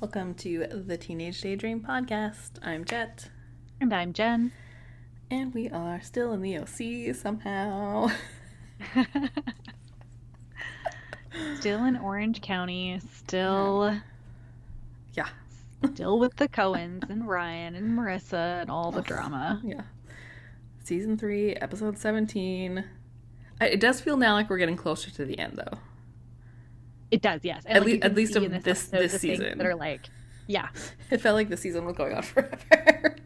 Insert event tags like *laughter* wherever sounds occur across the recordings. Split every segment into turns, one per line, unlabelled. welcome to the Teenage Daydream podcast. I'm Jet,
And I'm Jen.
and we are still in the OC somehow. *laughs*
still in Orange County, still
Yeah,
still with the Cohens and Ryan and Marissa and all the drama.
yeah. Season 3, episode 17. I, it does feel now like we're getting closer to the end, though.
It does, yes. And
At
you
lea-
can
at least
see
of
in
this-
episode
this
the things
season.
that are like yeah.
It felt like the season was going on *laughs* forever.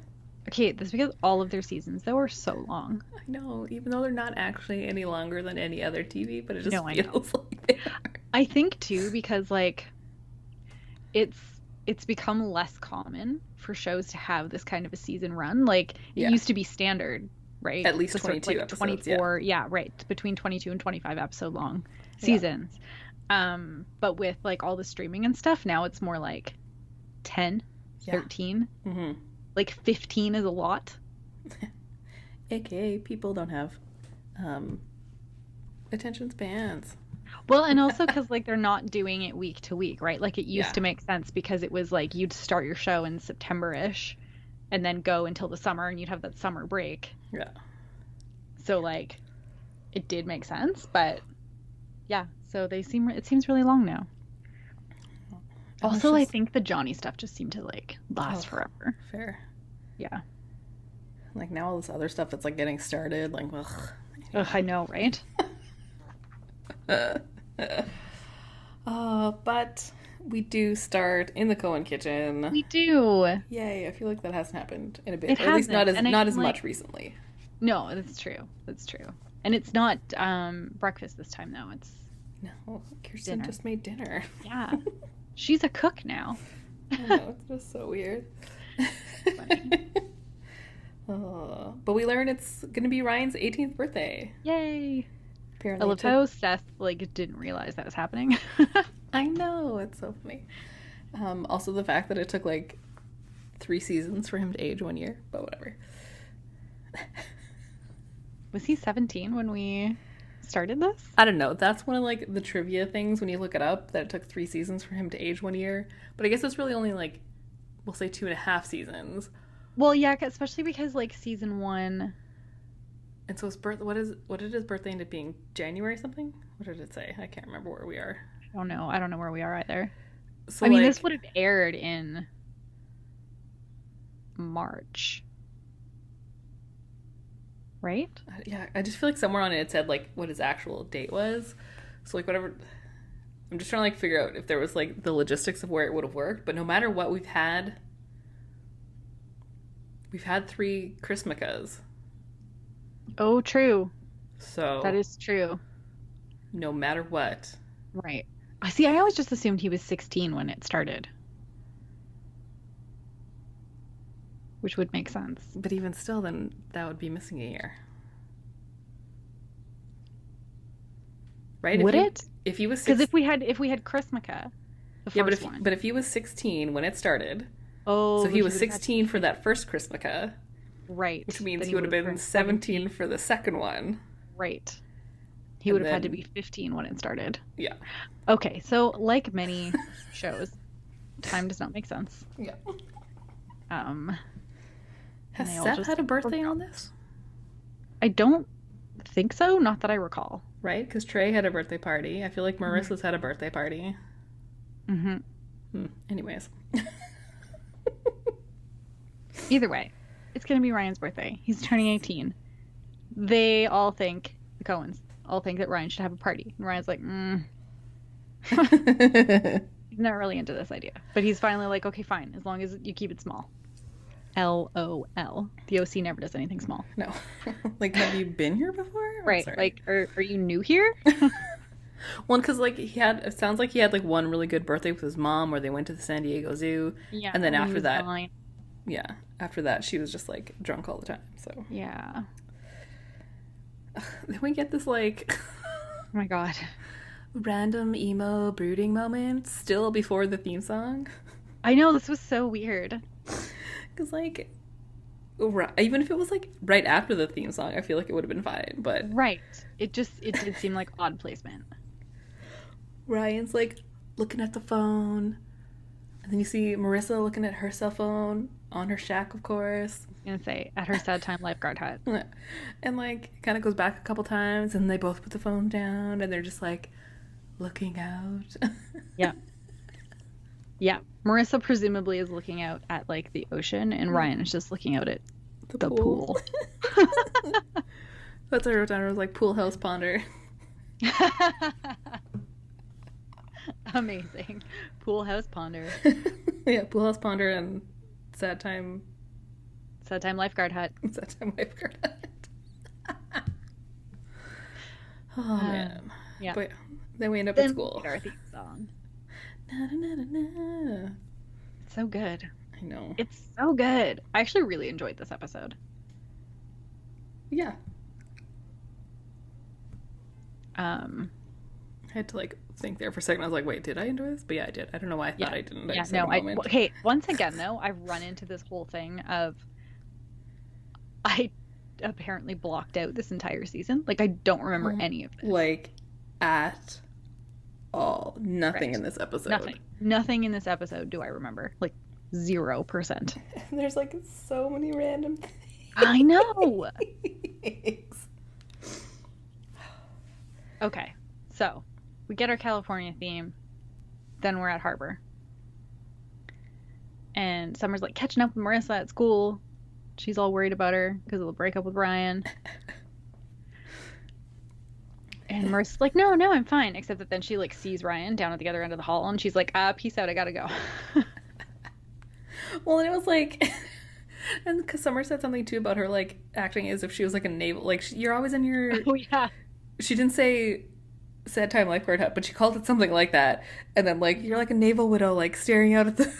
Okay, this is because all of their seasons though are so long.
I know, even though they're not actually any longer than any other TV, but it just
No, I know.
feels *laughs* like they are.
I think too because like it's it's become less common for shows to have this kind of a season run. Like it
Yeah.
used to be standard, right?
At least
To sort of,
22
like
episodes,
24, yeah. right, between 22 and 25 episode long
Yeah.
seasons. Um but with like all the streaming and stuff, now it's more like 10,
Yeah.
13,
Mm-hmm.
like 15 is a lot.
AKA, people don't have um, attention spans.
Well, and also because like they're not doing it week to week, right? Like it used
Yeah.
to make sense because it was like you'd start your show in September ish and then go until the summer and you'd have that summer break.
Yeah.
So like it did make sense, but yeah, so they seem it seems really long now.
And it's
Also, I
just-
think the Johnny stuff just seemed to like last
Oh.
forever.
Fair.
Yeah.
Like now all this other stuff that's like getting started, like ugh.
Ugh, I know, right?
*laughs* Uh, but we do start in the Cohen kitchen.
We do.
Yay, I feel like that hasn't happened in a bit.
It
or at least not
hasn't,
as
and I
not
feel
as
like-
much recently.
No, that's true. That's true. And it's not um breakfast this time though. It's
No. Kirsten
Dinner.
just made
*laughs*
dinner.
yeah. She's a cook now.
I know, it's just so weird. *laughs*
Funny.
Uh, but we learn it's gonna be Ryan's 18th birthday.
Yay! I
Apparently,
love
to-
how Seth like didn't realize that was happening. *laughs*
I know it's so funny. Um, also, the fact that it took like three seasons for him to age one year, but whatever.
was he 17 when we started this?
I don't know. That's one of like the trivia things when you look it up that it took three seasons for him to age one year. But I guess it's really only like we'll say two and a half seasons.
Well, yeah, 'cause- especially because like season one.
And so his birth what is what did his birthday end up being? January something? What did it say? I can't remember where we are.
I don't know. I don't know where we are either.
So
I mean,
like,
this would have aired in March, right?
I- yeah, I just feel like somewhere on it it said like what his actual date was. So like whatever I'm just trying to like figure out if there was like the logistics of where it would have worked, but no matter what we've had we've had three Christmicas.
Oh, true.
So
That is true.
no matter what.
Right. I see. I always just assumed he was 16 when it started, which would make sense.
But even still then that would be missing a year. Right? If
Would
he-
it?
If he was
Because
16,
if we had if we had Chrismica, the first
yeah, but if
one.
but if he was 16 when it started,
oh,
so
then
he was
would've had-
16 for that first Christmica.
right?
Which means
Then
he, would have
would've
been
turned
17 for the second one.
Right. He
And
would have had to
then-
be 15 when it started.
Yeah.
Okay, so
*laughs*
like many shows, time does not make sense.
Yeah.
Um,
Has
they all
Seth
just
had a birthday
forgot.
on this?
I don't think so. Not that I recall.
Right? Because Trey had a birthday party. I feel
Mm-hmm.
like Marissa's had a birthday party.
hmm
Hmm.
*laughs*
Anyways. *laughs*
Either way, it's gonna be Ryan's birthday. He's turning 18. They all think the Cohens all think that Ryan should have a party, and Ryan's like, mm, he's not really into this idea. But he's finally like, okay, fine, as long as you keep it small. L O L. The OC never does anything small.
no. *laughs* like, have you been here before? I'm
Right.
sorry.
Like, are, are you new here?
Well, because like he had, it sounds like he had like one really good birthday with his mom, where they went to the San Diego Zoo.
*laughs* yeah.
And then
when he
after
was
that-
nine.
Yeah. After that, she was just like drunk all the time. So *laughs*
Yeah.
then we get this like *laughs*
Oh my God.
random emo brooding moment, still before the theme song, *laughs*
I know this was so weird.
because like. ri- Even if it was like right after the theme song, I feel like it would have been fine. But
Right. It just it did seem like odd placement.
Ryan's like looking at the phone, And then you see Marissa looking at her cell phone on her shack, of course.
I'm gonna say at her sad time lifeguard hut.
*laughs* And like it kind of goes back a couple times and they both put the phone down and they're just like looking out. *laughs*
Yeah. Yeah. Marissa presumably is looking out at like the ocean and Ryan is just looking *laughs* out at the pool.
*laughs* That's what I wrote down. It was like pool house ponder. *laughs*
Amazing. Pool house ponder.
yeah, pool house ponder and sad time *laughs*
Sad time lifeguard hut.
sad time lifeguard. *laughs* oh man.
Um, yeah.
But then we end up at
Then
school.
our theme song.
Na, na, na, na, na.
It's so good.
I know.
It's so good. I actually really enjoyed this episode.
Yeah.
Um
I had to like think there for a second. I was like, wait, did I enjoy this? But yeah, I did. I don't know why I
Yeah.
thought I didn't.
yeah,
just had
no,
a
I
moment.
okay, once again though, I've run into this whole thing of I apparently blocked out this entire season. Like I don't remember
Mhm.
any of this.
like at all. Nothing
Right.
in this episode. *laughs*
Nothing. Nothing in this episode do I remember. Like 0%.
There's like so many random
I know.
things.
*laughs*
*laughs*
Okay. So, we get our California theme. Then we're at Harbor. And Summer's like catching up with Marissa at school. She's all worried about her because of the breakup with *laughs* Brian. And Marissa's like, no, no, I'm fine. Except that then she like sees Ryan down at the other end of the hall and she's like, ah, peace out, I gotta go.
Well, and it was like, *laughs* and because Summer said something too about her like acting as if she was like a naval. Like she, you're always in
*laughs*
your.
oh yeah.
She didn't say sad time lifeguard hut, but she called it something like that. And then like you're like a naval widow, like staring out at the.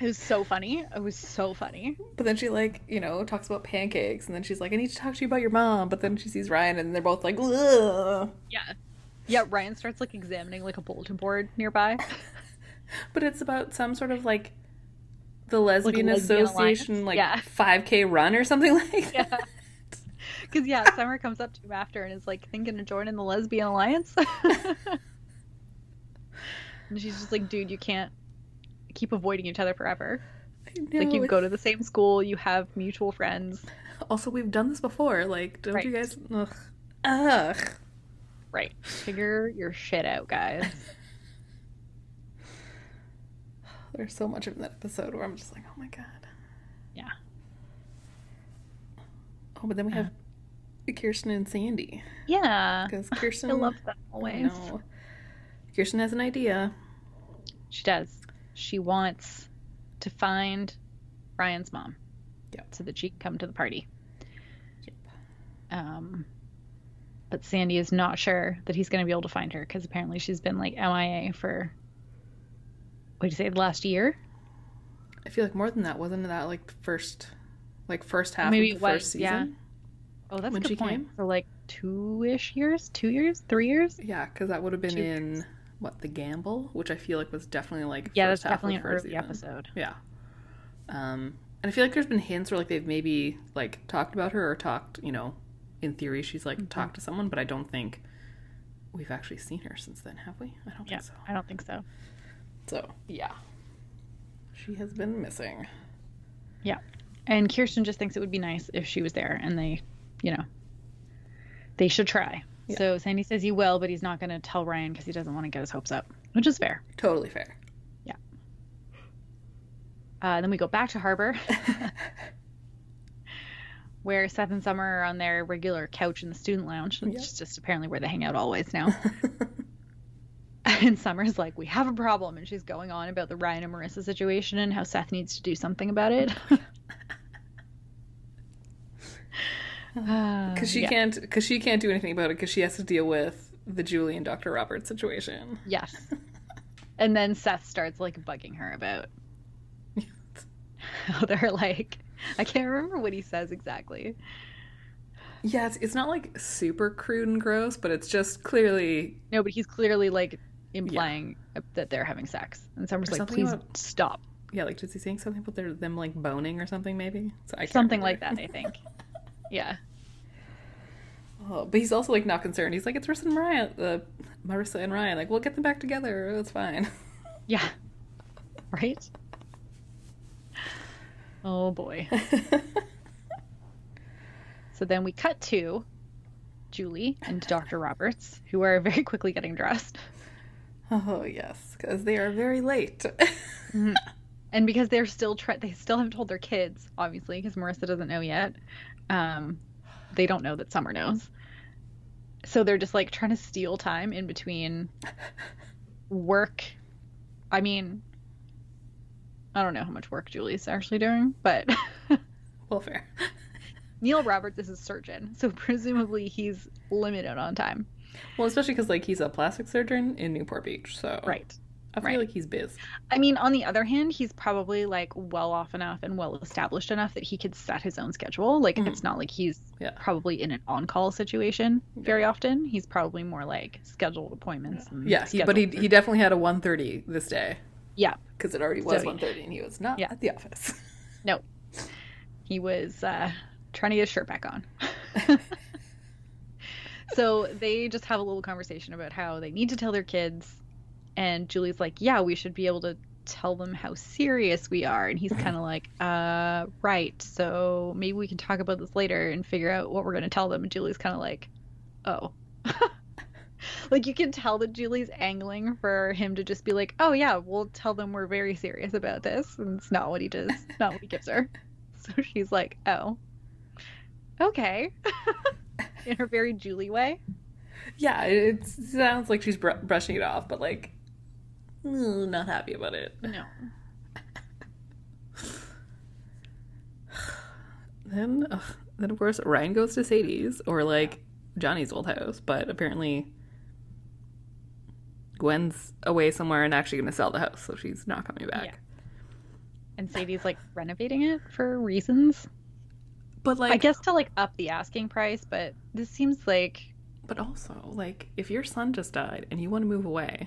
It was so funny. It was so funny.
But then she like, you know, talks about pancakes and then she's like, I need to talk to you about your mom. But then she sees Ryan and they're both like, Ugh.
Yeah. Yeah, Ryan starts like examining like a bulletin board nearby.
But it's about some sort of like the lesbian,
lesbian
association
alliance?
like
Yeah.
5k run or something *laughs* like that.
Yeah. *laughs* Cause yeah, Summer comes up to him after and is like thinking of joining the lesbian alliance. *laughs* and she's just like, dude, you can't keep avoiding each other forever.
I
like you
know,
go to the same school, you have mutual friends.
it's- Also, we've done this before. Like, don't you
Right.
guys ugh. Ugh.
Right. Figure your shit out, guys.
There's so much of that episode where I'm just like, oh my god.
Yeah.
Oh, but then we have Kirsten and Sandy.
Yeah.
Because
*laughs* I
Kirsten
love them
I
always.
know. Kirsten has an idea.
She does. She wants to find Ryan's mom.
Yep.
So that she can come to the party.
Yep.
Um, but Sandy is not sure that he's going to be able to find her because apparently she's been like MIA for, what did you say, the last year?
I feel like more than that. Wasn't that like the first, like first half
Maybe
of
it
the
was,
first
yeah.
season?
Oh, that's
When
a good
she
point.
came?
So like two ish years, two years, three years?
Yeah, because that would have been
Two
in what the gamble, which I feel like was definitely like
Yeah,
first
that's
half
definitely
of
an
the first
early
season.
episode.
Yeah. Um, and I feel like there's been hints where like they've maybe like talked about her or talked, you know, in theory she's
Mm-hmm.
like talked to someone, but I don't think we've actually seen her since then, have we? I don't
Yeah,
think so.
I don't think so.
So yeah, she has been missing.
Yeah. And Kirsten just thinks it would be nice if she was there and they, you know, they should try.
Yeah.
So Sandy says he will, but he's not going to tell Ryan because he doesn't want to get his hopes up, which is fair.
Totally fair.
Uh, then we go back
*laughs*
to Harbor, *laughs* where Seth and Summer are on their regular couch in the student lounge, which
Yep.
is just apparently where they hang out
*laughs*
always now. *laughs* and Summer's like, "We have a problem," and she's going on about the Ryan and Marissa situation and how Seth needs to do something about it.
*laughs*
Uh,
Because she can't, because she can't do anything about it. Because she has to deal with the Julie and Dr. Roberts situation. *laughs*
Yes. and then Seth starts like bugging her about *laughs* how they're like, I can't remember what he says exactly.
yeah, it's, it's not like super crude and gross, but it's just clearly
No, but he's clearly like implying uh, that they're having sex. And Summer's
Or
like,
something
please
about-
stop.
yeah. Like, is he saying something about their, them like boning or something? Maybe so I can't
Something like
remember.
that,
*laughs*
I think. yeah.
Oh, but he's also like not concerned. He's like, it's Marissa and Ryan, uh, Marissa and Ryan. Like, we'll get them back together. It's fine.
Yeah. *laughs* right?
*laughs*
Oh boy. So then we cut to Julie and Dr. Roberts, who are very quickly getting dressed.
*laughs* oh yes, because they are very late. *laughs*
And because they're still try they still haven't told their kids, obviously, because Marissa doesn't know yet. Um, they don't know that Summer knows. So they're just like trying to steal time in between work. I mean, I don't know how much work Julie's actually doing, but *laughs*
well, fair.
Neil Roberts is a surgeon, so presumably he's limited on time.
Well, especially because like he's a plastic surgeon in Newport Beach, so
Right.
I feel
right.
like he's biz.
I mean, on the other hand, he's probably like well off enough and well established enough that he could set his own schedule. Like,
Mhm.
it's not like he's
Yeah.
probably in an on call situation very often. He's probably more like scheduled appointments. And
Yeah, he, but he he definitely had a 1.30 this day
yeah,
because it already was
So-
1.30 and he was not
Yeah.
at the office. *laughs*
no, he was uh, trying to get his shirt back on. so they just have a little conversation about how they need to tell their kids, and Julie's like, "Yeah, we should be able to." tell them how serious we are and he's kind of like uh right so maybe we can talk about this later and figure out what we're going to tell them and julie's kind of like oh *laughs* like you can tell that julie's angling for him to just be like oh yeah we'll tell them we're very serious about this and it's not what he does not what he gives her *laughs* so she's like oh okay *laughs* in her very julie way
yeah, it, it sounds like she's br- brushing it off, but like mm, not happy about it.
no
Then ugh, then of course Ryan goes to Sadie's or like Johnny's old house, but apparently Gwen's away somewhere and actually going to sell the house, so she's not coming back.
Yeah. and sadie's like renovating it for reasons
But like
I guess to like up the asking price, but this seems like
But also, like, if your son just died and you want to move away,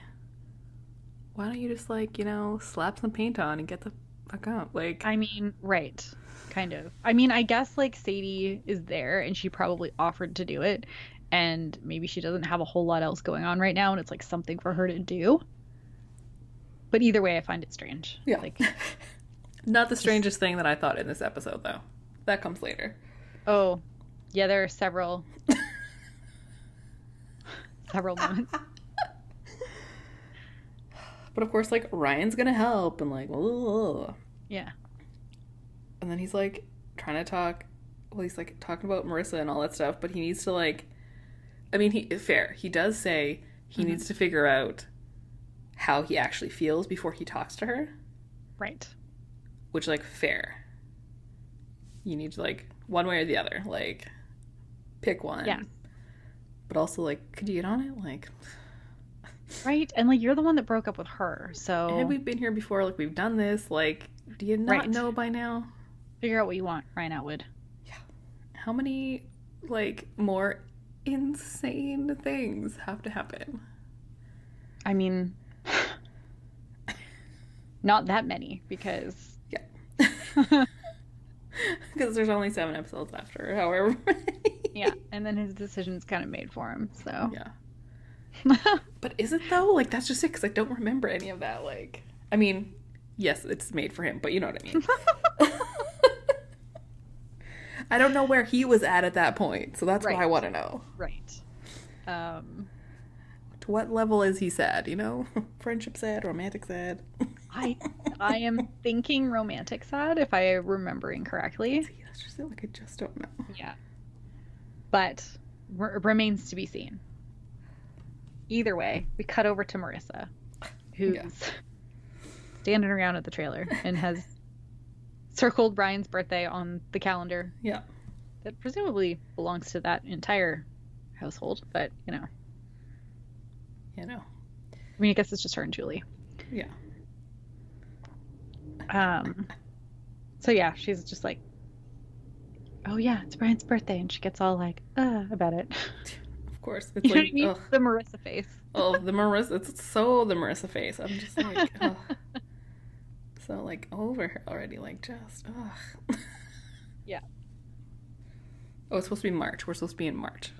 why don't you just like, you know, slap some paint on and get the fuck out? Like,
I mean, right. Kind of. I mean, I guess like Sadie is there and she probably offered to do it and maybe she doesn't have a whole lot else going on right now and it's like something for her to do. But either way, I find it strange.
Yeah.
Like,
not the strangest thing that I thought in this episode, though. That comes later.
oh, yeah, there are several several moments.
But of course, like, Ryan's gonna help, and like, ugh.
Yeah.
and then he's like trying to talk. Well, he's like talking about Marissa and all that stuff, but he needs to like. I mean, he fair. He does say he needs to figure out how he actually feels before he talks to her.
Right.
which like fair you need to like one way or the other like pick one
Yeah.
but also like could you get on it like
Right. And like you're the one that broke up with her. So
had we been here before like we've done this like do you not
Oh. Right.
know by now
figure out what you want, Ryan Atwood.
how many like more insane things have to happen
I mean, *sighs* not that many because
*laughs* because there's only seven episodes after however *laughs* many.
yeah, and then his decision's kind of made for him. So
yeah but is it though like that's just it because i don't remember any of that like i mean yes it's made for him but you know what i mean I don't know where he was at at that point, so that's what I
Right.
want to know.
*laughs* right. Um,
To what level is he sad? You know, *laughs* friendship sad, romantic sad.
I I am thinking romantic sad if I am remembering correctly.
See, that's just it. Like I just don't know.
Yeah, but r- remains to be seen. Either way, we cut over to Marissa, who's
Yeah.
standing around at the trailer
*laughs*
and has circled Brian's birthday on the calendar
Yeah,
that presumably belongs to that entire household, but you know, I
you know.
mean, I guess it's just her and Julie.
Yeah,
Um, so yeah, she's just like, oh yeah, it's Brian's birthday, and she gets all like, uh, about it. *laughs*
of course. It's
You know what
like
I mean?
ugh,
The Marissa face.
oh, the Marissa. It's so the Marissa face. I'm just
*laughs*
like, ugh. so like over her already. Like just ugh.
Yeah.
Oh, it's supposed to be March. We're supposed to be in March.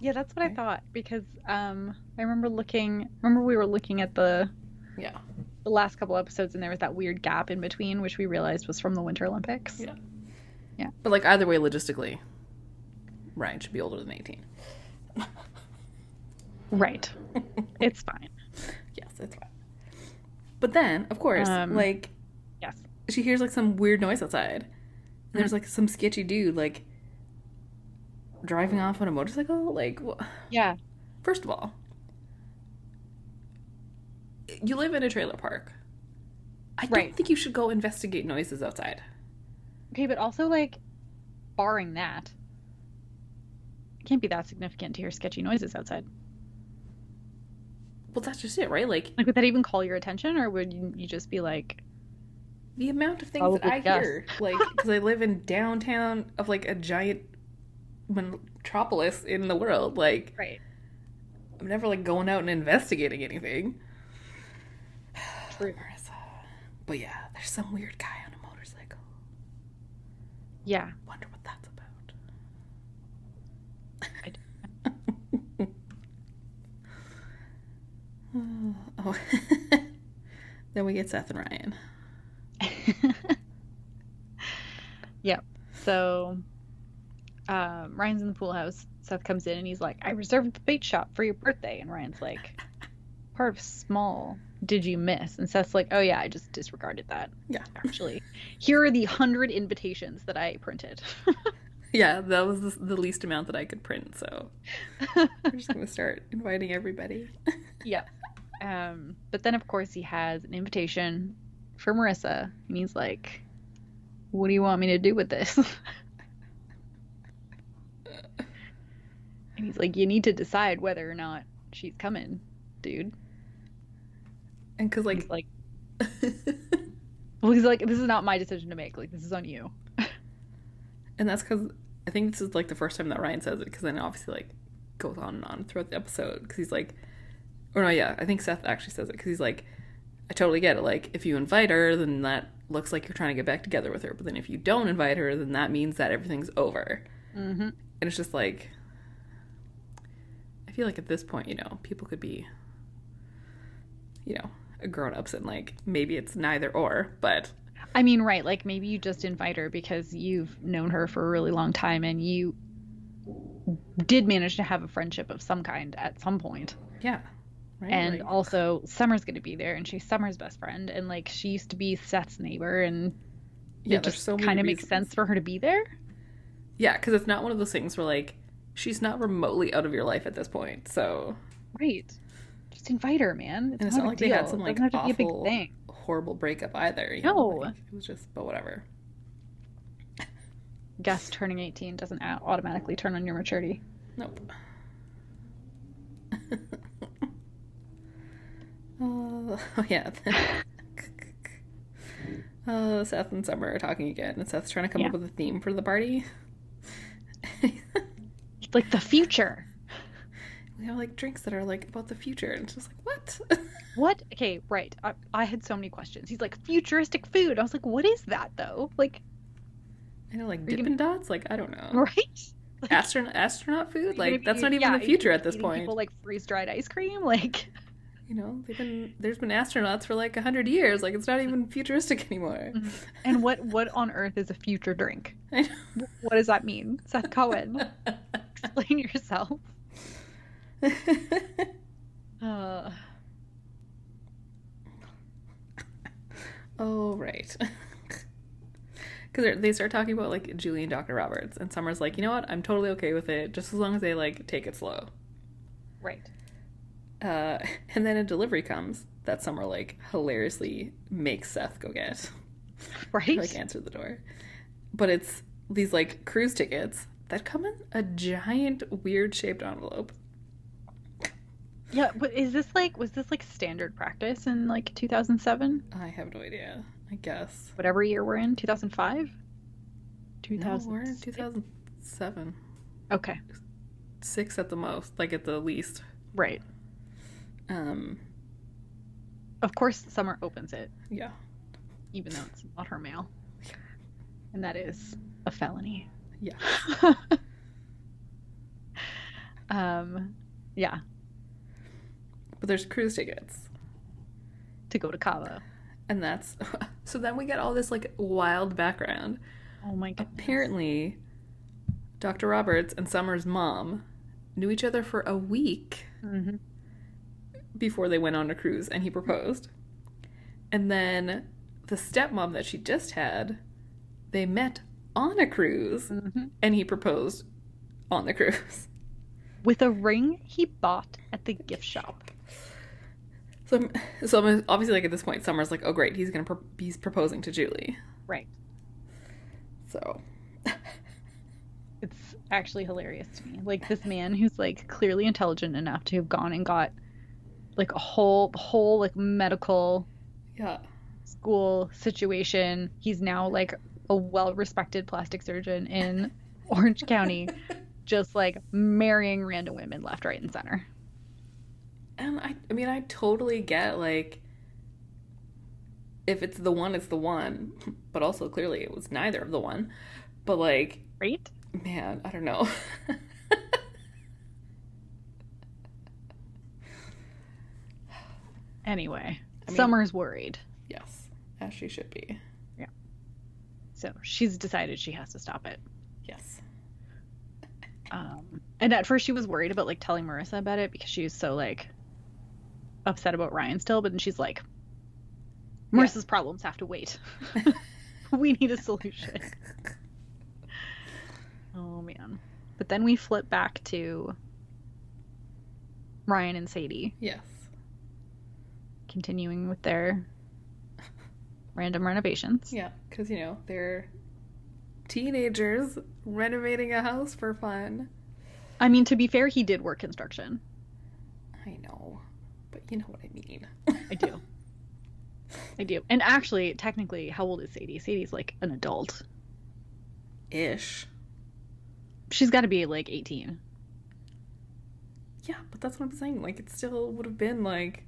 Yeah, that's what
Right.
I thought because um, I remember looking. Remember we were looking at the
Yeah.
the last couple episodes, and there was that weird gap in between, which we realized was from the Winter Olympics.
Yeah.
Yeah.
But like either way, logistically, Ryan should be older than eighteen.
*laughs* Right. it's fine.
Yes, it's fine. But then, of course,
Um,
like
Yes.
she hears like some weird noise outside. And
Mm-hmm.
there's like some sketchy dude like driving off on a motorcycle. Like, wha
Yeah.
first of all, you live in a trailer park. I
Right.
don't think you should go investigate noises outside.
Okay, but also like, barring that, it can't be that significant to hear sketchy noises outside.
Well, that's just it, right? Like
Like, would that even call your attention, or would you, you just be like,
the amount of things that
Probably
I
yes.
hear, like because I live in downtown of like a giant metropolis in the world, like
right?
I'm never like going out and investigating anything.
True.
Marissa. But yeah, there's some weird guy on a motorcycle.
Yeah.
Wonder what that's about.
I
oh. *laughs* then we get Seth and Ryan.
yep. So um, Ryan's in the pool house. Seth comes in and he's like, I reserved the bait shop for your birthday. And Ryan's like, part of small did you miss? And Seth's like, oh, yeah, I just disregarded that,
Yeah.
actually. Here are the hundred invitations that I printed. *laughs*
Yeah, that was the, the least amount that I could print, so I'm just gonna start inviting everybody.
yeah. Um, but then, of course, he has an invitation for Marissa. And he's like, what do you want me to do with this? and he's like, you need to decide whether or not she's coming, dude.
And cause like
*laughs* He's like, well, he's like, this is not my decision to make. Like, this is on you.
And that's because I think this is like the first time that Ryan says it, because then it obviously like goes on and on throughout the episode. Because he's like, or no, yeah, I think Seth actually says it because he's like, I totally get it. Like, if you invite her, then that looks like you're trying to get back together with her. But then if you don't invite her, then that means that everything's over.
Mm-hmm.
And it's just like, I feel like at this point, you know, people could be, you know, grown ups and like maybe it's neither or, but
I mean, right. Like, maybe you just invite her because you've known her for a really long time and you did manage to have a friendship of some kind at some point.
yeah. Right?
and
Like-
also Summer's gonna be there, and she's Summer's best friend, and like she used to be Seth's neighbor, and
yeah,
it
there's
just
so many
kind of makes
reasons.
sense for her to be there.
Yeah, because it's not one of those things where like she's not remotely out of your life at this point. So
Right. Just invite her, man. It's,
and it's
not,
not
a
like
big
they
deal.
had some like
it doesn't have
awful,
to be a big thing.
horrible breakup either. you
No.
like, it was just but whatever.
Guess turning 18 doesn't au- automatically turn on your maturity.
Nope. *laughs* Uh, oh yeah. *laughs* uh, Seth and Summer are talking again, and Seth's trying to come
Yeah.
up with a theme for the party.
It's like the future.
we have like drinks that are like about the future, and it's just like what? *laughs*
What? Okay, right. I, I had so many questions. He's like futuristic food. I was like, what is that though? Like, *laughs*
I know, like
you
Dippin' Dots. Like I don't know.
right?
Astron- astronaut food?
You're gonna
Like
be
that's not
eating-
even
yeah,
the
you're
future
gonna
at
be
this
eating
point.
People like freeze dried ice cream. *laughs* Like,
You know, they've been there's been astronauts for like hundred years. Like it's not even futuristic anymore. *laughs*
and what? What on earth is a future drink?
I
What does that mean? Seth *laughs* Cohen,
know.
explain yourself. Uh,
*laughs* oh right. *laughs* Because they start talking about like Julie and Dr. Roberts, and Summer's like, you know what? I'm totally okay with it, just as long as they like take it slow.
right.
Uh, *laughs* and then a delivery comes that Summer like hilariously makes Seth go get.
Right?
like answer the door. But it's these like cruise tickets that come in a giant weird shaped envelope.
yeah, but is this like, was this like standard practice in like 2007?
I have no idea. I guess.
Whatever year we're in? 2005?
No,
2000.
we're in 2007.
Okay,
Six at the most, like at the least.
right.
Um,
Of course, Summer opens it,
yeah.
even though it's not her mail. And that is a felony. *laughs*
Yeah.
um, yeah. Um,
But there's cruise tickets.
to go to Cabo.
And that's *laughs* so then we get all this like wild background.
Oh my god.
Apparently, Dr. Roberts and Summer's mom knew each other for a week
Mhm.
before they went on a cruise and he proposed. And then the stepmom that she just had, they met on a cruise
Mhm.
and he proposed on the cruise. *laughs*
With a ring he bought at the gift shop.
So, I'm- so I'm- obviously, like at this point, Summer's like, "Oh, great, he's gonna pro- he's proposing to Julie."
Right.
So
It's actually hilarious to me. Like this man who's like clearly intelligent enough to have gone and got like a whole whole like medical
yeah,
school situation. He's now like a well-respected plastic surgeon in Orange County, just like marrying random women left, right, and center.
and I, I mean, I totally get like if it's the one, it's the one, *laughs* but also clearly it was neither of the one. But like,
Right?
man, I don't know. *laughs*
Anyway,
I mean-
Summer's worried.
yes, as she should be.
So she's decided she has to stop it.
Yes,
Um, and at first she was worried about like telling Marissa about it because she was so like upset about Ryan still, but then she's like, Marissa's problems have to wait. *laughs* we need a solution. oh man. But then we flip back to Ryan and Sadie
yes,
continuing with their random renovations.
yeah, because you know they're teenagers renovating a house for fun.
I mean, to be fair, he did work construction.
I know, but you know what I
*laughs*
mean.
I do. I do. And actually, technically, how old is Sadie? Sadie's like an adult.
Ish.
She's got to be like 18.
Yeah, but that's what I'm saying. Like, it still would have been like,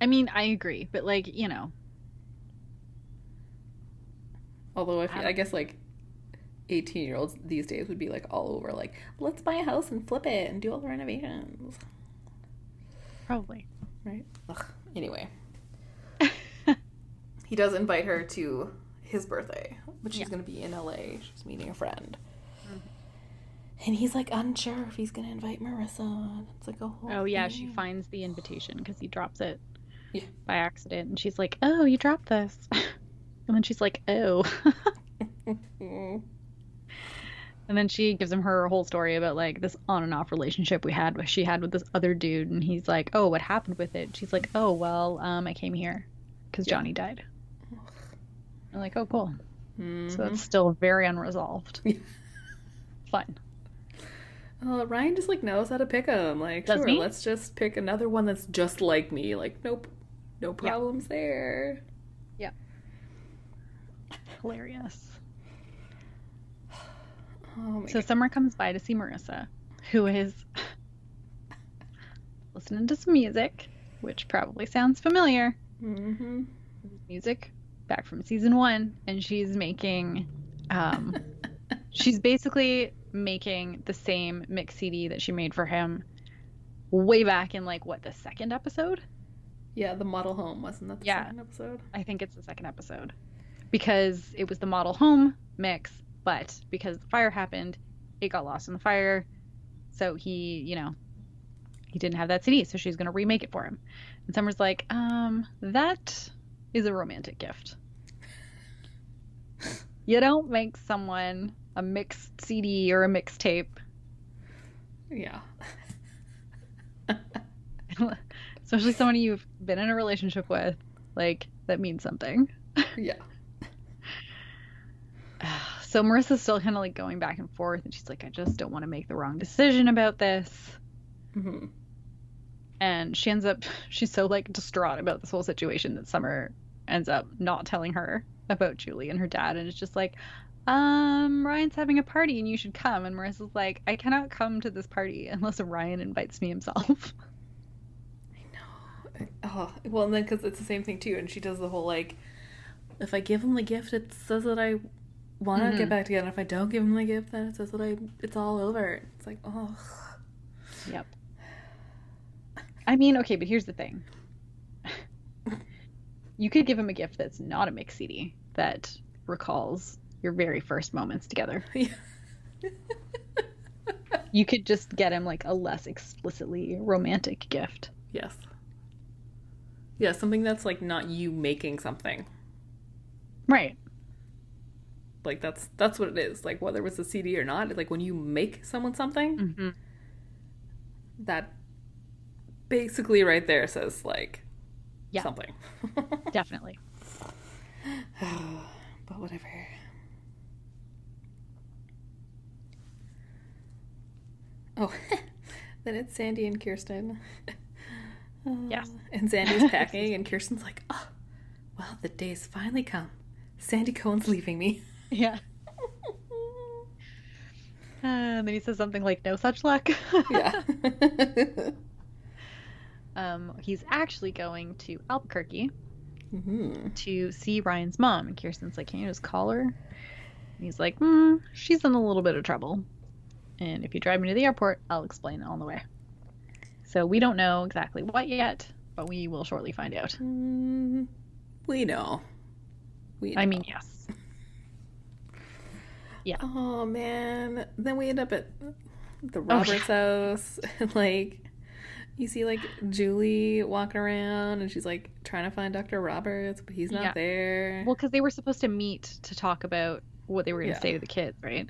I mean, I agree, but like, you know,
although I,
I
feel,
don't-
I guess like 18 year olds these days would be like all over, like, let's buy a house and flip it and do all the renovations.
probably.
Right? Ugh.
*laughs*
Anyway, he does invite her to his birthday, but she's
Yeah.
going to be in LA. She's meeting a friend.
Mm-hmm.
And he's like unsure if he's gonna invite Marissa. and It's like a whole.
Oh, yeah, she
thing.
finds the invitation because he drops it
Yeah.
by accident. And she's like, oh, you dropped this. *laughs* and then she's like, oh. *laughs*
Mm.
and then she gives him her whole story about like this on and off relationship we had, she had with this other dude. And he's like, oh, what happened with it? She's like, oh, well, um, I came here because Johnny died. I'm like, oh, cool. So
Mhm.
that's still very
*laughs*
unresolved. Fun.
Uh, Ryan just like knows how to pick them. Like,
Does
sure,
he?
let's just pick another one that's just like me. Like, nope, no problems there.
Hilarious.
Oh my
So
god.
Summer comes by to see Marissa, who is *laughs* listening to some music, which probably sounds familiar.
Mm-hmm.
Music back from season one, and she's making
*laughs*
um she's basically making the same mix CD that she made for him way back in like what the second episode?
Yeah, the model home wasn't that the
Yeah.
second episode?
I think it's the second episode because it was the model home mix, but because the fire happened, it got lost in the fire. So he, you know, he didn't have that CD, so she's going to remake it for him. And Summer's like, um, that is a romantic gift. You don't make someone a mixed CD or a mixtape. *laughs*
Yeah. *laughs*
Especially someone you've been in a relationship with, like that means something.
Yeah.
So Marissa's still kind of like going back and forth, and she's like, I just don't want to make the wrong decision about this.
hmm
And she ends up, *laughs* she's so like distraught about this whole situation that Summer ends up not telling her about Julie and her dad. And it's just like, um, Ryan's having a party and you should come. And Marissa's like, I cannot come to this party unless Ryan invites me himself.
Oh, well, and then because it's the same thing too, and she does the whole like, if I give him the gift, it says that I want to get
Mhm.
back together. If I don't give him the gift, then it says that I it's all over. It's like, oh,
Yep. I mean, okay, but here's the thing. You could give him a gift that's not a mix CD that recalls your very first moments together.
*laughs* Yeah.
You could just get him like a less explicitly romantic gift.
Yes. Yeah, something that's like not you making something.
Right.
Like that's that's what it is. Like whether it was a CD or not, like when you make someone something,
Mm-hmm.
that basically right there says like
Yeah.
something. *laughs*
Definitely.
but whatever. Oh, *laughs* then it's Sandy and Kirsten. *laughs*
Yes.
Uh, And *laughs* Sandy's packing, and Kirsten's like, oh, well, the day's finally come. Sandy Cohen's leaving me.
*laughs*
*laughs*
Yeah. Uh, and then he says something like, no such luck.
yeah.
*laughs*
*laughs*
um, he's actually going to Albuquerque
hmm
to see Ryan's mom. And Kirsten's like, can you just call her? And he's like, hmm, she's in a little bit of trouble. And if you drive me to the airport, I'll explain on the way. So we don't know exactly what yet, but we will shortly find out.
Mm, we know. We know.
I mean, yes.
Oh man. Then we end up at
Oh,
the Roberts house. *laughs* like you see like Julie walking around and she's like trying to find Dr. Roberts, but he's not
Yeah.
there.
Well, because they were supposed to meet to talk about what they were going to
Yeah.
say to the kids, right?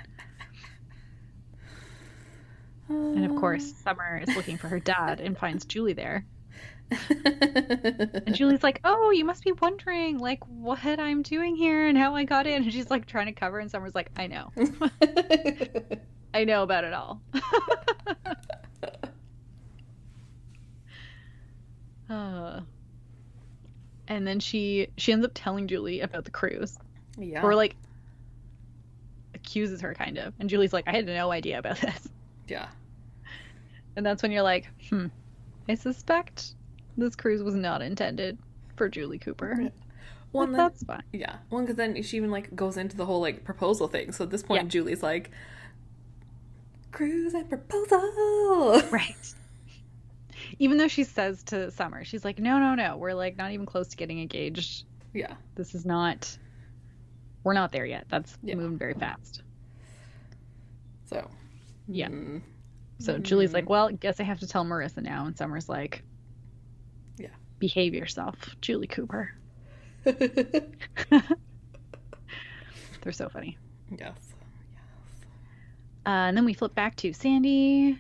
And of
*laughs*
course, Summer is looking for her dad and finds Julie there. And
and
Julie's like, "Oh, you must be wondering like what I'm doing here and how I got in." And she's like trying to cover and Summer's like, "I know. I know about it all." uh, and then she she ends up telling Julie about the cruise.
*laughs* yeah.
Or like accuses her kind of. And Julie's like, "I had no idea about this." *laughs*
yeah.
And that's when you're like, "Hmm. I suspect this cruise was not intended for Julie Cooper."
Well, and then,
but that's fine.
yeah. Well, because then she even like goes into the whole like proposal thing. So at this point,
Yeah.
Julie's like, "Cruise and proposal." *laughs*
Right. Even though she says to Summer, she's like, no, no, no, we're like not even close to getting engaged.
Yeah.
This is not, we're not there yet. That's
Yeah.
moving very fast.
So.
Yeah.
mm,
So Julie's like, well, guess I have to tell Marissa now. And Summer's like,
Yeah.
behave yourself, Julie Cooper.
*laughs*
They're so funny.
yes.
Uh, and then we flip back to Sandy.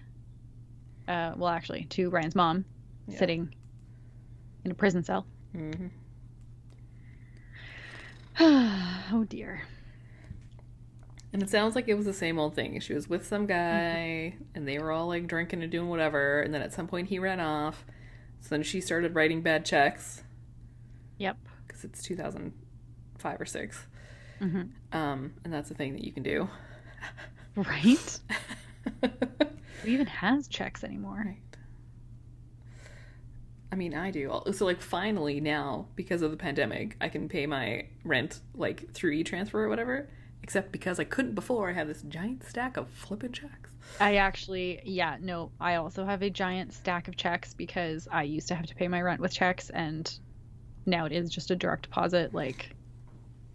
Uh, well, actually, to Ryan's mom
Yeah.
sitting in a prison cell. *sighs*
hmm
oh dear.
And it sounds like it was the same old thing. She was with some guy, and they were all like drinking and doing whatever. And then at some point, he ran off. So then she started writing bad checks
Yep.
because it's 2005 or 6.
hmm
Um, and that's a thing that you can do. *laughs*
Right?
right.
Who even has checks anymore?
I mean, I do. So, like, finally now, because of the pandemic, I can pay my rent like through e transfer or whatever. Except because I couldn't before, I have this giant stack of flippin' checks.
I actually, yeah, no, I also have a giant stack of checks because I used to have to pay my rent with checks and now it is just a direct deposit. Like,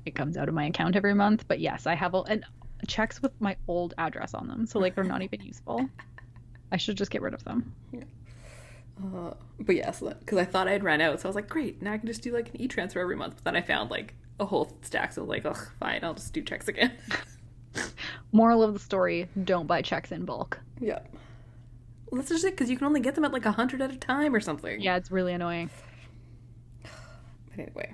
it comes out of my account every month. But yes, I have all, and checks with my old address on them. So, like, they're not even useful. I should just get rid of them.
Uh, but yeah, so because I thought I'd run out, so I was like, great, now I can just do like an e-transfer every month. But then I found like a whole stack, so I was like, ugh, fine, I'll just do checks
*laughs*
again.
Moral of the story don't buy checks in bulk.
yeah. Well, that's just it, because you can only get them at like a hundred at a time or something.
Yeah, it's really annoying.
But anyway,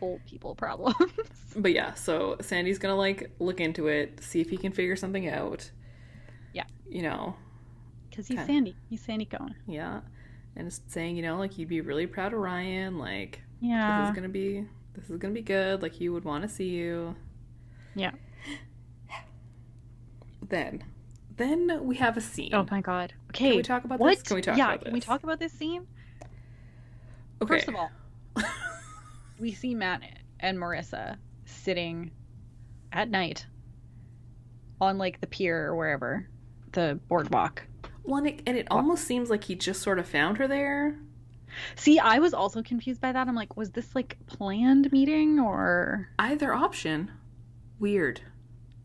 old people problems. *laughs*
but yeah, so Sandy's gonna like look into it, see if he can figure something out.
Yeah.
You know,
Because he's
Okay.
Sandy. He's Sandy Cohen.
yeah, and it's saying, you know, like you'd be really proud of Ryan, like this
Yeah.
is gonna be this is gonna be good. Like he would want to see you.
Yeah.
Then, then we have a scene.
Oh my god. Okay.
Can we talk about
what?
this? Can we talk
yeah,
about this?
can we talk about this scene?
Okay.
First of all, we see Matt and Marissa sitting at night on like the pier or wherever, the boardwalk.
Well, and it, and it almost seems like he just sort of found her there.
See, I was also confused by that. I'm like, was this like planned meeting or
Either option. Weird.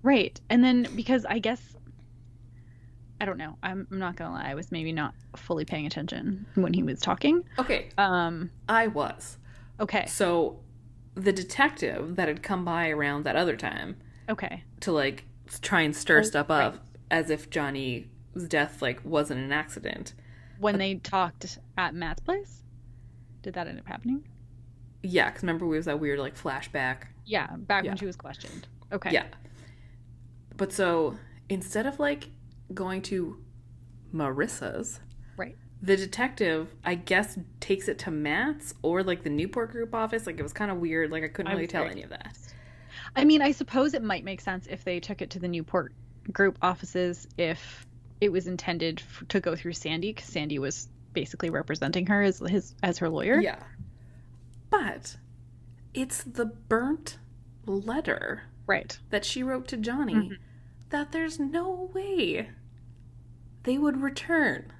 right? And then because I guess I don't know. I'm, I'm not gonna lie. I was maybe not fully paying attention when he was talking.
Okay,
Um.
I was.
Okay.
So the detective that had come by around that other time
Okay.
to like s- try and stir stuff
Oh, right.
up as if Johnny's death like wasn't an accident.
When they talked at Matt's place, did that end up happening?
Yeah, because remember we was that weird like flashback.
Yeah, back
Yeah.
when she was questioned. Okay.
Yeah. But so instead of like going to Marissa's,
Right.
the detective I guess takes it to Matt's or like the Newport Group office. Like it was kind of weird. Like I couldn't
I
really
was
tell
very
any of that.
I mean, I suppose it might make sense if they took it to the Newport group offices if it was intended f- to go through Sandy because Sandy was basically representing her as his as her lawyer.
Yeah. But it's the burnt letter
Right. *laughs*
that she wrote to Johnny
Mhm.
that there's no way they would return.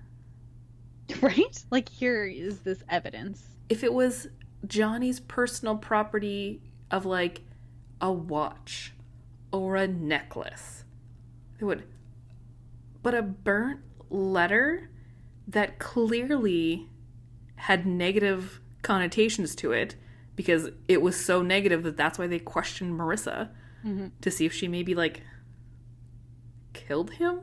Right? Like here is this evidence.
If it was Johnny's personal property of like a watch or a necklace, they would. But a burnt letter that clearly had negative connotations to it because it was so negative that that's why they questioned Marissa
Mm-hmm.
to see if she maybe like killed him.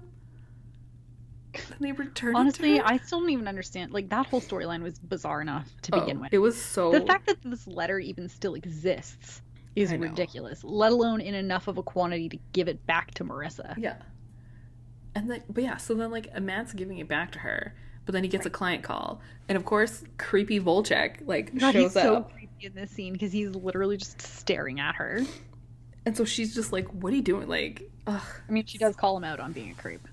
And they returned.
Honestly,
it to her?
I still don't even understand. Like that whole storyline was bizarre enough to
Oh,
begin with.
it was so
The fact that this letter even still exists is
I know.
ridiculous, let alone in enough of a quantity to give it back to Marissa.
yeah. And then, but yeah, so then like Matt's giving it back to her, but then he gets a client call, and of course, creepy Volchek like
God,
shows
he's so
up,
creepy in this scene because he's literally just staring at her.
and so she's just like, "What are you doing?" Like, ugh.
I mean, she does call him out on being a creep.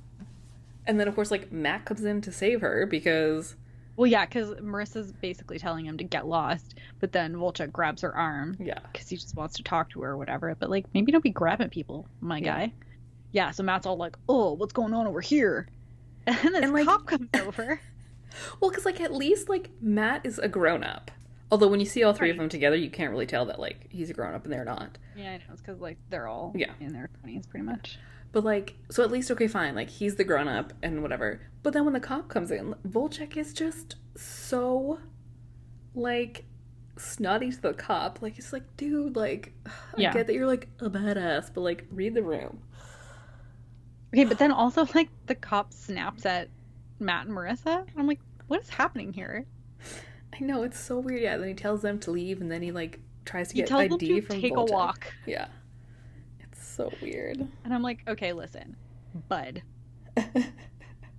And then of course, like Matt comes in to save her because
Well, yeah, because Marissa's basically telling him to get lost, but then Volchek grabs her arm
yeah,
because he just wants to talk to her or whatever. But like, maybe don't be grabbing people, my
Yeah.
guy. Yeah, so Matt's all like, "Oh, what's going on over here?" *laughs* And this
And, like- *laughs*
cop comes over.
well, because like at least like Matt is a grown up. Although when you see all three of
Right.
them together, you can't really tell that like he's a grown up and they're not.
yeah, I know. It's because like they're all
Yeah.
in their twenties, pretty much.
But like, so at least okay, fine. Like he's the grown up and whatever. But then when the cop comes in, Volchek is just so, like, snotty to the cop. Like it's like, dude, like, *sighs* I
Yeah.
get that you're like a badass, but like, read the room.
Okay, but then also like the cop snaps at Matt and Marissa. I'm like, what is happening here?
I know it's so weird. Yeah. Then he tells them to leave, and then he like tries to
He
get
tells
ID
them to
from
take
Volchek.
a walk.
Yeah. It's so weird.
And I'm like, okay, listen, bud.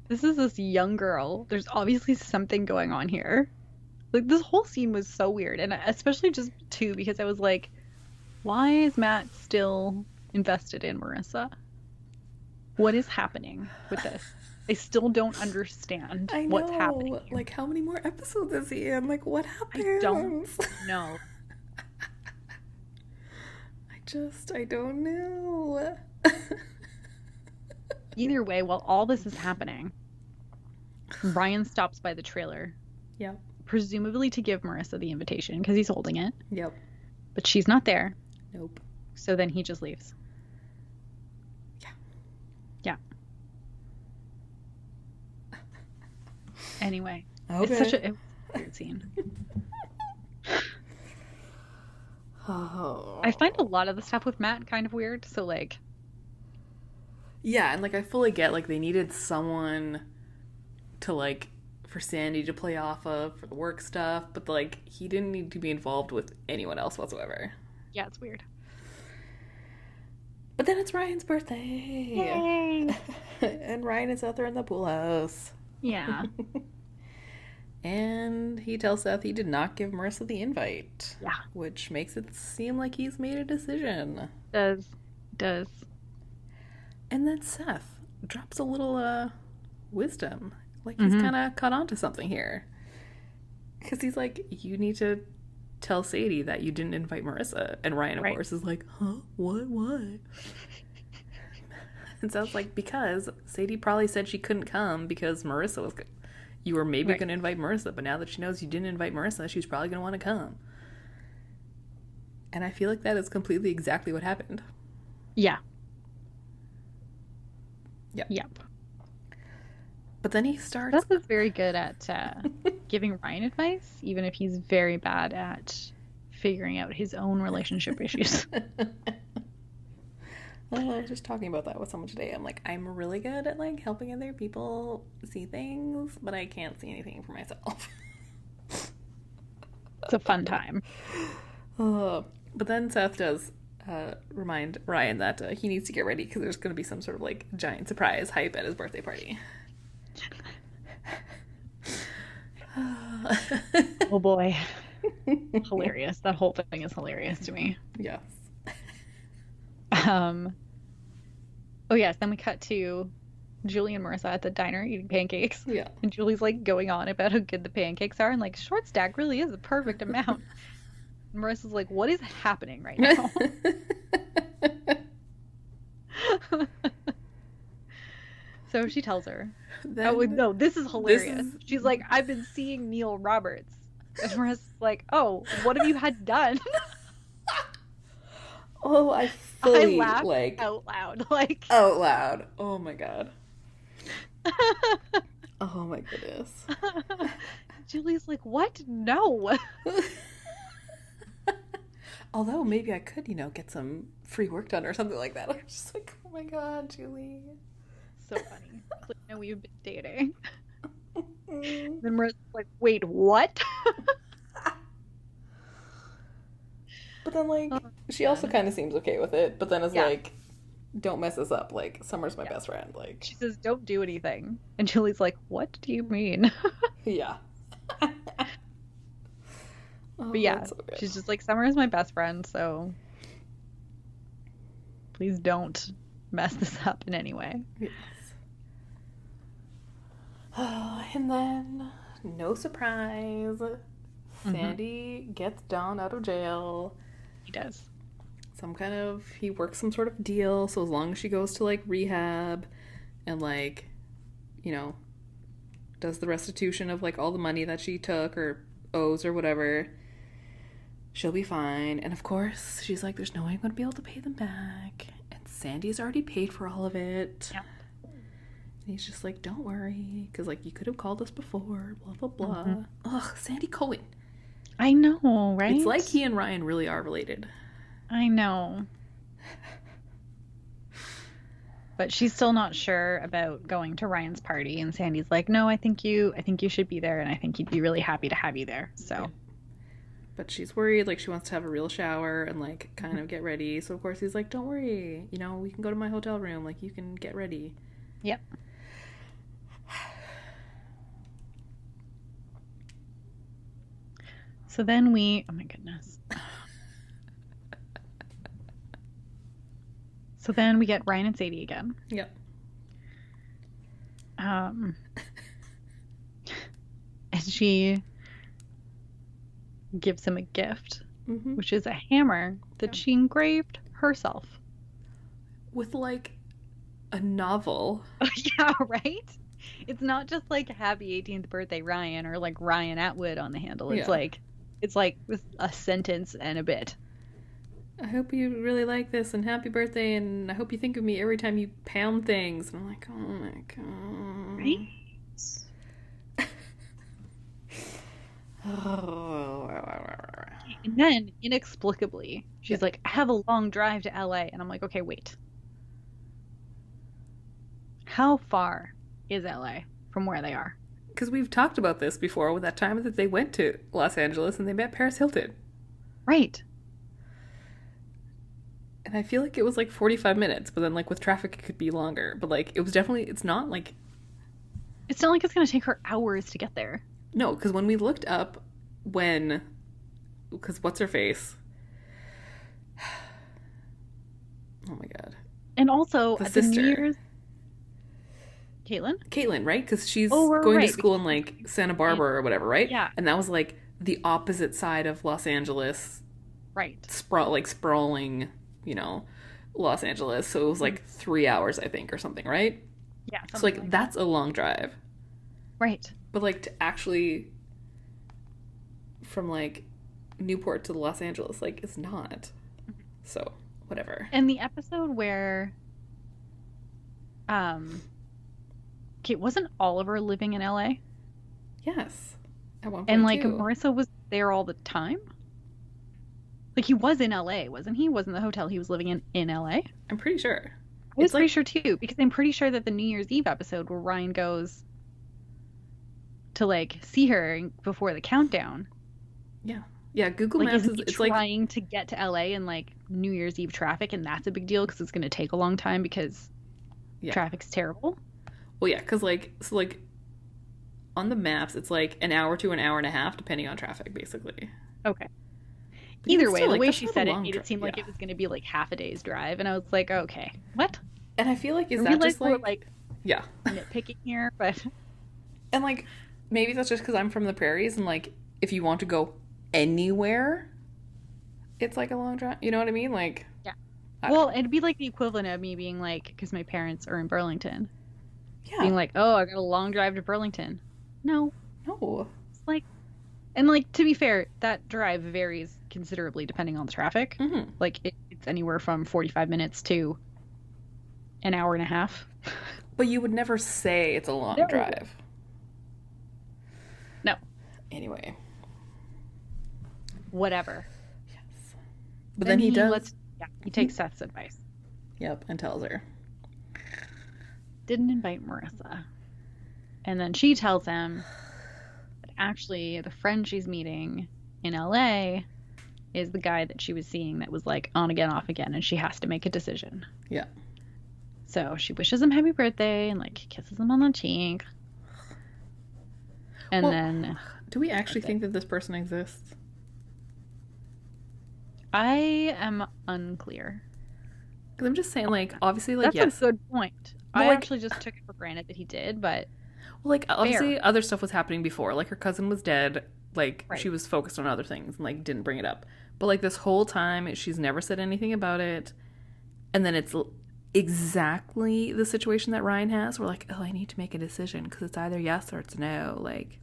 this is this young girl. There's obviously something going on here. Like, this whole scene was so weird. And especially just too, because I was like, why is Matt still invested in Marissa? What is happening with this? I still don't understand
I know.
what's happening. here.
Like, how many more episodes is he in? Like, what happens? *laughs*
I don't no.
I just, I don't know. *laughs*
Either way, while all this is happening, Ryan stops by the trailer,
yep.
presumably to give Marissa the invitation because he's holding it.
Yep.
but she's not there.
Nope.
So then he just leaves.
Yeah.
Yeah. Anyway, it's
*sighs*
such a it was a weird scene.
Oh.
I find a lot of the stuff with Matt kind of weird. So like,
Yeah, and like I fully get like they needed someone to like for Sandy to play off of for the work stuff, but like he didn't need to be involved with anyone else whatsoever.
yeah, it's weird.
But then it's Ryan's birthday.
Yay!
*laughs* and Ryan is out there in the pool house.
Yeah.
And he tells Seth he did not give Marissa the invite.
Yeah.
Which makes it seem like he's made a decision.
does does
And then Seth drops a little uh wisdom. Like he's
Mhm.
kind of caught on to something here. Cuz he's like you need to tell Sadie that you didn't invite Marissa and Ryan of
Right.
course is like, "Huh? What?
*laughs*
Why?" and Seth's like because Sadie probably said she couldn't come because Marissa was You were maybe
Right.
going to invite Marissa, but now that she knows you didn't invite Marissa, she's probably going to want to come. And I feel like that is completely exactly what happened.
Yeah.
Yep.
Yep.
But then he starts.
Seth *laughs* is very good at uh, giving Ryan advice, even if he's very bad at figuring out his own relationship *laughs* issues.
Well, I was just talking about that with someone today. I'm like, I'm really good at like helping other people see things, but I can't see anything for myself. *laughs*
It's a fun time.
Ugh. but then Seth does uh, remind Ryan that uh, he needs to get ready because there's going to be some sort of like giant surprise hype at his birthday party. *laughs*
Oh boy. hilarious. That whole thing is hilarious to me.
yes.
Um, oh yes, then we cut to Julie and Marissa at the diner eating pancakes. *laughs*
Yeah.
And Julie's like going on about how good the pancakes are and like short stack really is the perfect *laughs* amount. And Marissa's like, what is happening *laughs* right now? so she tells her.
*laughs* then,
oh wait, no, this is hilarious.
is-
She's like, I've been seeing Neil Roberts. And Marissa's like, oh, what have you had done? *laughs*
oh, I fully
laughed
like uh,
out loud. *laughs* Like
out loud. Oh my
*laughs*
god. Oh my goodness.
Julie's like, what? No. *laughs*
Although maybe I could, you know, get some free work done or something like that. *laughs* I'm just like, oh my god, Julie.
So funny. It's like, no, we've been
*laughs*
dating. Then Marissa's like, wait, what? *laughs*
But then, like,
Oh,
she also kind of seems okay with it. But then is
Yeah.
like, don't mess this up. Like, Summer's my best friend. Like, *laughs*
She says, don't do anything. And Julie's like, what do you mean? *laughs*
yeah. Oh,
But yeah,
that's so good.
she's just like, Summer is my best friend, so please don't mess this up in any way.
Yes. *sighs* and then, no surprise, Sandy gets Don out of jail.
He does.
Some kind of, he works some sort of deal. So as long as she goes to like rehab and like, you know, does the restitution of like all the money that she took or owes or whatever, she'll be fine. And of course, she's like, there's no way I'm going to be able to pay them back. And Sandy's already paid for all of it.
Yeah.
And he's just like, don't worry, because like you could have called us before, blah blah blah. Ugh, Sandy Cohen.
I know, Mm-hmm. right?
It's like he and Ryan really are related.
I know. But she's still not sure about going to Ryan's party and Sandy's like, "No, I think you I think you should be there and I think he'd be really happy to have you there." So,
But she's worried, like she wants to have a real shower and like kind of get ready. So of course he's like, Don't worry, you know, we can go to my hotel room, like you can get ready.
Yep. so then we, oh my goodness. so then we get Ryan and Sadie again.
Yep.
Um, *laughs* and she gives him a gift,
hmm
which is a hammer that she engraved herself. *laughs*
With like a novel.
yeah, right? It's not just like happy 18th birthday Ryan or like Ryan Atwood on the handle. It's
Yeah.
like it's like with a sentence and a bit.
I hope you really like this and happy birthday and I hope you think of me every time you pound things. And I'm like, Oh my god.
Right? And then inexplicably, she's like, I have a long drive to LA. And I'm like, okay, wait. How far is LA from where they are?
Because we've talked about this before with that time that they went to Los Angeles and they met Paris Hilton.
Right.
And I feel like it was like 45 minutes, but then like with traffic it could be longer. But like it was definitely, it's not like,
It's not like it's going to take her hours to get there.
no, because when we looked up when, because what's her face? *sighs* Oh my God.
And also,
The
at the New
sister.
Year's. Caitlin?
Caitlyn, right? Because she's
Oh, right,
going
right,
to school in like Santa Barbara or whatever, right?
Yeah.
And that was like the opposite side of Los Angeles
Right.
sprawl like sprawling, you know, Los Angeles. So it was like three hours, I think, or something, right?
Yeah.
so like
Mm-hmm. something
that's a long drive.
Right.
But like to actually from like Newport to Los Angeles, like it's not. So whatever.
And the episode where um Kate wasn't Oliver living in LA?
Yes. At one point
And like
too.
Marissa was there all the time? Like he was in LA, wasn't he? Wasn't the hotel he was living in in LA?
I'm pretty sure.
I was
It's like-
pretty sure too, because I'm pretty sure that the New Year's Eve episode where Ryan goes to like see her in- before the countdown,
Yeah, Google
like
Maps
isn't
is
he
it's like
trying to get to LA in like New Year's Eve traffic, and that's a big deal because it's going to take a long time because
Yeah.
traffic's terrible.
well yeah, cuz like so like on the maps it's like an hour to an hour and a half depending on traffic basically.
Okay.
But even
Either way,
still,
the
like,
way
that's
she
not a
said it
long
made
dri-
it seem like
yeah.
it was going to be like half a day's drive, and I was like, okay, what?
And I feel like is
I
that
realize
just like,
we're like
yeah.
nitpicking here, *laughs* but
And like maybe that's just cuz I'm from the prairies and like if you want to go anywhere it's like a long drive. You know what I mean? Like I-
well, it'd be like the equivalent of me being like, because my parents are in Burlington,
yeah.
being like, oh, I got a long drive to Burlington. No,
no.
it's like, and like to be fair, that drive varies considerably depending on the traffic.
Mhm.
Like it, it's anywhere from 45 minutes to an hour and a half.
But you would never say it's a long
No.
drive.
No.
Anyway.
Whatever.
But then, he does.
lets- yeah, he takes Seth's advice.
Yep, and tells her.
Didn't invite Marissa. And then she tells him that actually the friend she's meeting in LA is the guy that she was seeing that was like on again, off again, and she has to make a decision.
Yeah.
So she wishes him happy birthday and like kisses him on the cheek. And
Well-
then
Do we actually think that this person exists?
I am unclear.
Because I'm just saying, like, obviously, like,
That's
yes.
a good point.
Well,
I
like-
actually just took it for granted that he did, but
Well, like, obviously, other stuff was happening before. Like, her cousin was dead. Like,
Right.
she was focused on other things and, like, didn't bring it up. But, like, this whole time, she's never said anything about it. And then it's l- exactly the situation that Ryan has. We're like, oh, I need to make a decision because it's either yes or it's no. Like,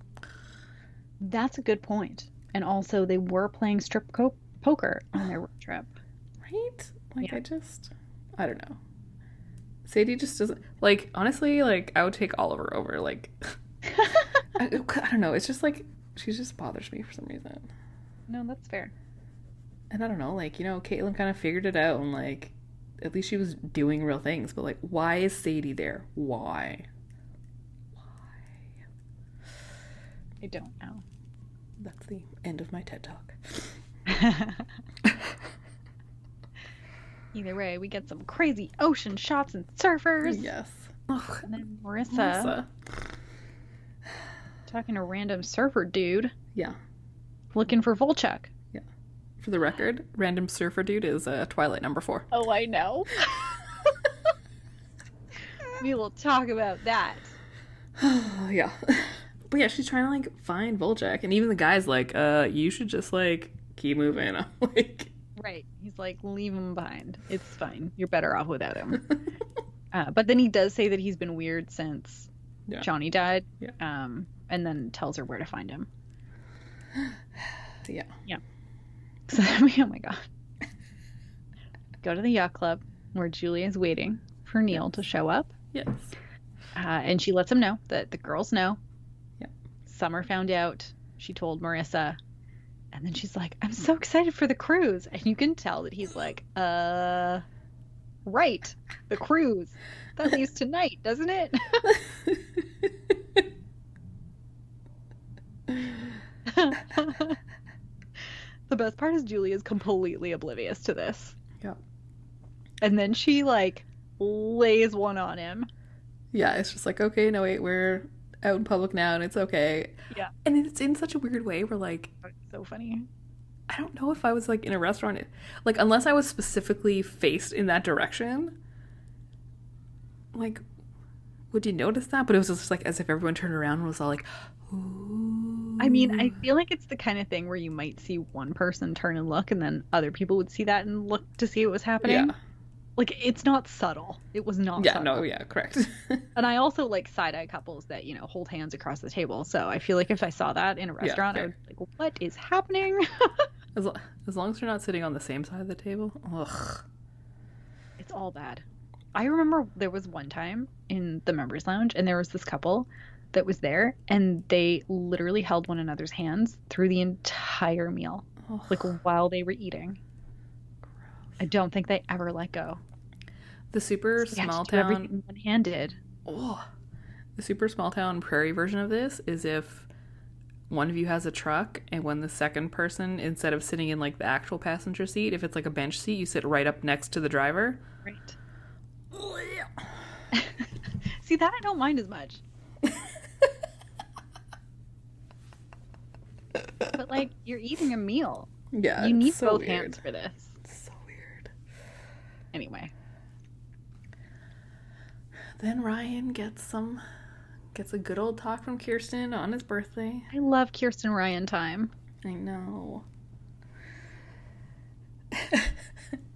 That's a good point. And also, they were playing strip co- poker on their road trip.
Right? Like
Yeah.
I just I don't know. Sadie just doesn't like honestly, like I would take Oliver over like *laughs* I, I don't know, it's just like she just bothers me for some reason.
No, that's fair.
And I don't know, like, you know, Caitlin kind of figured it out and like at least she was doing real things, but like why is Sadie there? Why?
I don't know.
That's the end of my TED talk.
*laughs* Either way, we get some crazy ocean shots and surfers.
Yes. Ugh,
And then Marissa
Melissa.
talking to random surfer dude
Yeah.
looking for Volchuk.
For the record, random surfer dude is uh, Twilight number *laughs* four. *sighs*
Oh, I know. we will talk about that.
yeah. But yeah, she's trying to like find Volchek, and even the guy's like, uh, you should just like keep moving. *laughs* I'm like,
Right. He's like, leave him behind. It's fine. You're better off without him.
*laughs*
Uh, but then he does say that he's been weird since
Yeah.
Johnny died.
Yeah.
Um, and then tells her where to find him. *laughs*
Yeah.
Yeah. So then we, oh
*laughs*
my god. Go to the yacht club where Julie is waiting for Neil to show up.
yes. *laughs*
Uh, and she lets him know that the girls know.
Yep.
Summer found out. She told Marissa. And then she's like, I'm so excited for the cruise. And you can tell that he's like, uh, right. The cruise. That leaves tonight, doesn't it? *laughs* the best part is Julie is completely oblivious to this.
Yeah.
And then she like lays one on him.
yeah, it's just like, okay, no, wait, we're out in public now and it's okay.
Yeah.
And it's in such a weird way where like,
It's so funny.
I don't know if I was like in a restaurant, like, unless I was specifically faced in that direction, like, would you notice that? But it was just like as if everyone turned around and was all like, ooh.
I mean,
Mm.
I feel like it's the kind of thing where you might see one person turn and look, and then other people would see that and look to see what was happening.
Yeah.
like it's not subtle. It was not
yeah,
subtle.
no, yeah, correct. *laughs*
And I also like side eye couples that, you know, hold hands across the table. So I feel like if I saw that in a restaurant, I would
fair.
be like, what is happening?
as, lo- as long as you're not sitting on the same side of the table. Ugh.
it's all bad. I remember there was one time in the members lounge and there was this couple that was there and they literally held one another's hands through the entire meal,
Ugh.
like while they were eating. I don't think they ever let go.
the super
You have to
small
do
town
everything one-handed.
Oh, the super small town prairie version of this is if one of you has a truck, and when the second person, instead of sitting in like the actual passenger seat, if it's like a bench seat, you sit right up next to the driver.
Right. See that I don't mind
*laughs*
as much. but like you're eating a meal.
Yeah,
you need
it's so
both
weird.
hands for this.
It's So weird.
Anyway.
Then Ryan gets some, gets a good old talk from Kirsten on his birthday.
I love Kirsten Ryan time.
I
*laughs*
know.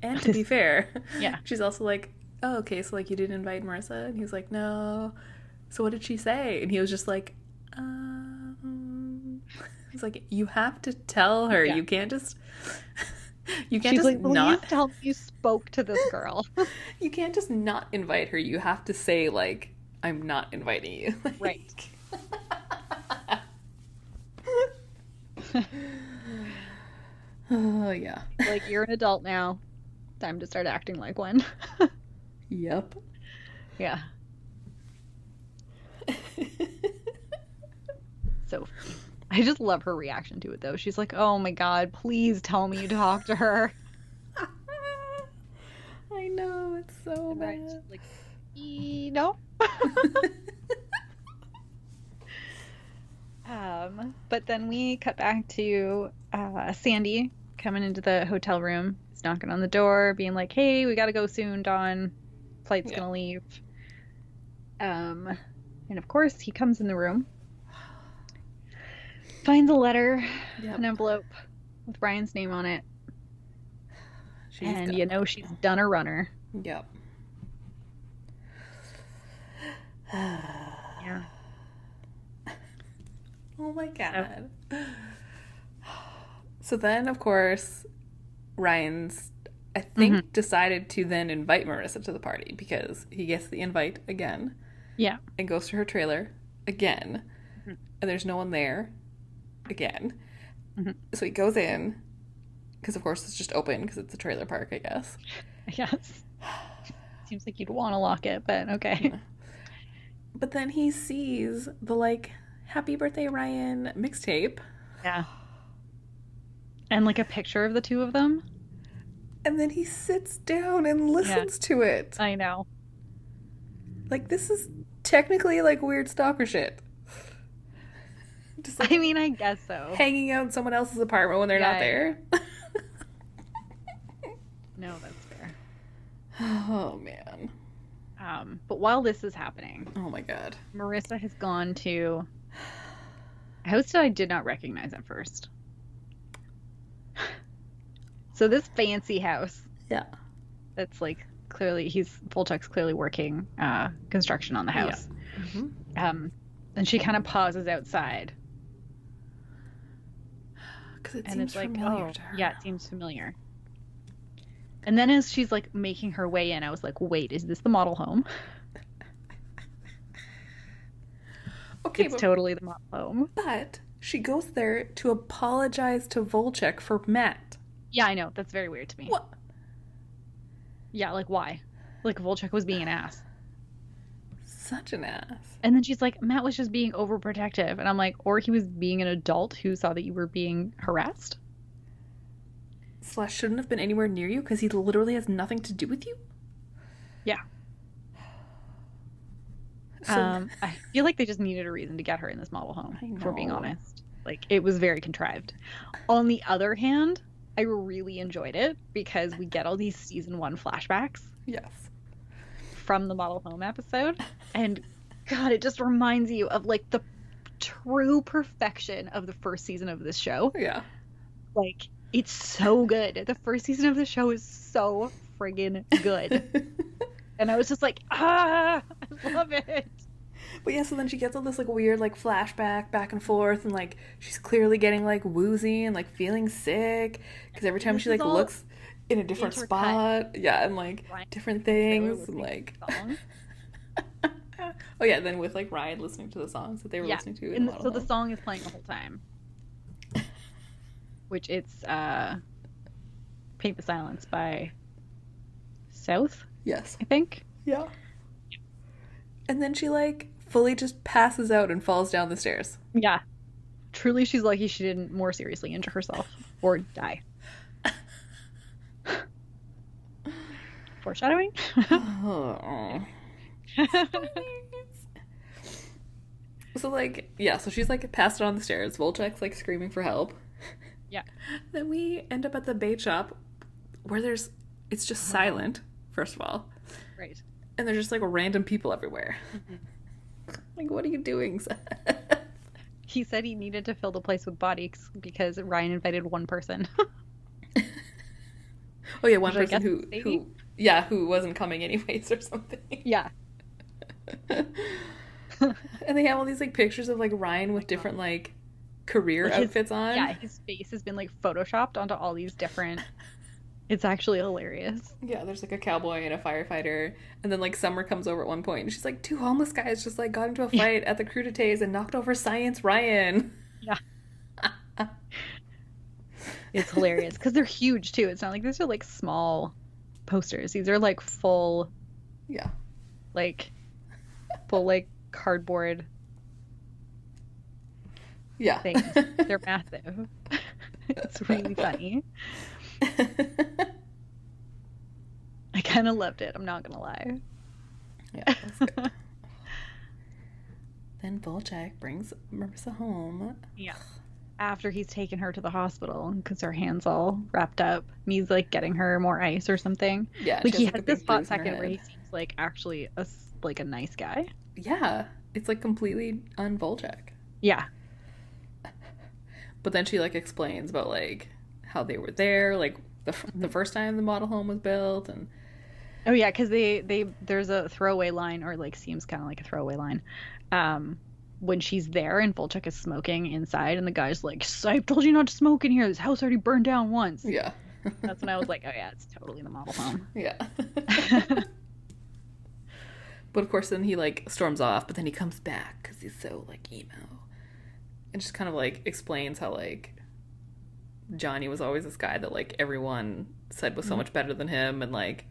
and to be fair,
*laughs* Yeah.
she's also like, oh, okay, so like you didn't invite Marissa, and he's like, no. So what did she say? And he was just like, um, *laughs* it's like you have to tell her.
Yeah.
You can't just, *laughs* you can't
She's
just
like, please
not,
tell me you spoke to this girl. *laughs*
you can't just not invite her. You have to say like, I'm not inviting you. *laughs*
Right.
oh yeah.
like you're an adult now. Time to start acting like one. *laughs*
Yep.
yeah. So funny. I just love her reaction to it though. She's like, "Oh my god, please tell me you talked to her."
*laughs* I know it's so
And Ryan's
bad. *laughs*
just like, "E- "No." *laughs* Um, but then we cut back to uh, Sandy coming into the hotel room. He's knocking on the door, being like, "Hey, we gotta go soon, Dawn. Flight's
Yeah.
gonna leave." Um, and of course, he comes in the room, finds a letter,
Yep.
an envelope with Ryan's name on it,
She's
and
done.
you know she's done a runner.
Yep. *sighs*
*laughs* Yeah.
Oh my god. So then, of course, Ryan's, I think, decided to then invite Marissa to the party because he gets the invite again
Yeah.
and goes to her trailer again, and there's no one there again.
Mhm.
So he goes in because, of course, it's just open because it's a trailer park, I guess.
Yes. Seems like you'd want to lock it, but okay.
But then he sees the like "Happy Birthday Ryan" mixtape,
Yeah. And like a picture of the two of them.
and then he sits down and listens to it.
*laughs* I know.
Like this is technically like weird stalker shit. *laughs* Just like
I mean, I guess so.
hanging out in someone else's apartment when they're
Yeah.
not there.
*laughs* No, that's fair.
oh man.
Um, but while this is happening,
Oh my god.
Marissa has gone to *sighs* a house that I did not recognize at first. *sighs* so this fancy house
Yeah.
that's like clearly he's Volchek's clearly working uh, construction on the
Yeah.
house. Um, and she kind of pauses outside,
Because it
and
seems
it's like,
familiar
oh,
to her.
yeah, it seems familiar. And then as she's like making her way in, I was like, wait, is this the model home?
Okay,
it's
but,
totally the model home.
but she goes there to apologize to Volchek for Matt.
Yeah, I know. That's very weird to me.
What?
Yeah, like why? Like Volchek was being an ass.
Such an ass.
And then she's like, Matt was just being overprotective. And I'm like, or he was being an adult who saw that you were being harassed.
Slash shouldn't have been anywhere near you because he literally has nothing to do with you.
Yeah.
So,
um, I feel like they just needed a reason to get her in this model home,
I
if we're being
know.
honest. Like it was very contrived. On the other hand, I really enjoyed it because we get all these season one flashbacks
*laughs* yes.
from the model home episode. And God, it just reminds you of like the true perfection of the first season of this show. *laughs*
Yeah.
Like, it's so good. The first season of the show is so friggin'
*laughs*
good. and I was just like, ah, I love it.
But yeah, so then she gets all this like weird like flashback back and forth, and like she's clearly getting like woozy and like feeling sick because every time
This
she
is
like
all
looks in a different
intercut.
spot, yeah, and like
Ryan
different
Taylor
things,
would
and
make
like
the song.
*laughs* oh yeah, then with like Ryan listening to the songs that they were
Yeah,
listening to,
and
a lot
so
of
the
them.
song is playing the whole
*laughs*
time, which it's uh, "Paint the Silence" by South,
yes,
I think.
yeah, and then she like fully just passes out and falls down the stairs. *sighs*
Yeah, truly, she's lucky she didn't more seriously injure herself or *laughs* die. Foreshadowing.
So like yeah, so she's like passed out on the stairs. Volchek's like screaming for help.
*laughs* Yeah.
Then we end up at the bait shop where there's it's just
Uh-huh.
silent, first of all.
right.
And there's just like random people
*laughs*
everywhere. Like what are you doing? *laughs* Seth?
He said he needed to fill the place with bodies because Ryan invited one person. *laughs*
oh yeah, one
Which I
person
guess
who
is Sadie.
who yeah, who wasn't coming anyways or something. *laughs*
yeah.
and they have all these like pictures of like Ryan with different like career
Like his-
outfits on.
Yeah, his face has been like photoshopped onto all these *laughs* different. It's actually hilarious.
Yeah, there's like a cowboy and a firefighter, and then like Summer comes over at one point, and she's like, two homeless guys just like got into a
Yeah.
fight at the crudités and knocked over Science Ryan. *laughs*
Yeah. It's hilarious because they're huge too. It's not like these are like small posters. These are like full,
Yeah,
like, full like cardboard
yeah.
things.
*laughs*
*laughs* They're massive. it's really funny. I kind of loved it. I'm not gonna lie.
*laughs* yeah. that's good. then Volchek brings Marissa home.
Yeah. After he's taken her to the hospital because her hands all wrapped up, and he's like getting her more ice or something.
Yeah,
like
she
he
has,
has
a
this
big
hot
bruise on her
second where he
head.
seems like actually a s- like a nice guy.
Yeah, it's like completely on Volchek.
Yeah,
But then she like explains about like how they were there, like the f- the first time the model home was built, and
Oh yeah, because they they there's a throwaway line, or like seems kind of like a throwaway line, um, when she's there and Volchek is smoking inside, and the guy's like, "S- "I told you not to smoke in here. This house already burned down once."
yeah,
That's when I was like, "Oh yeah, it's totally the model home."
yeah. *laughs* but of course, then he like storms off, but then he comes back because he's so like emo, and just kind of like explains how like Johnny was always this guy that like everyone said was so much better than him, and like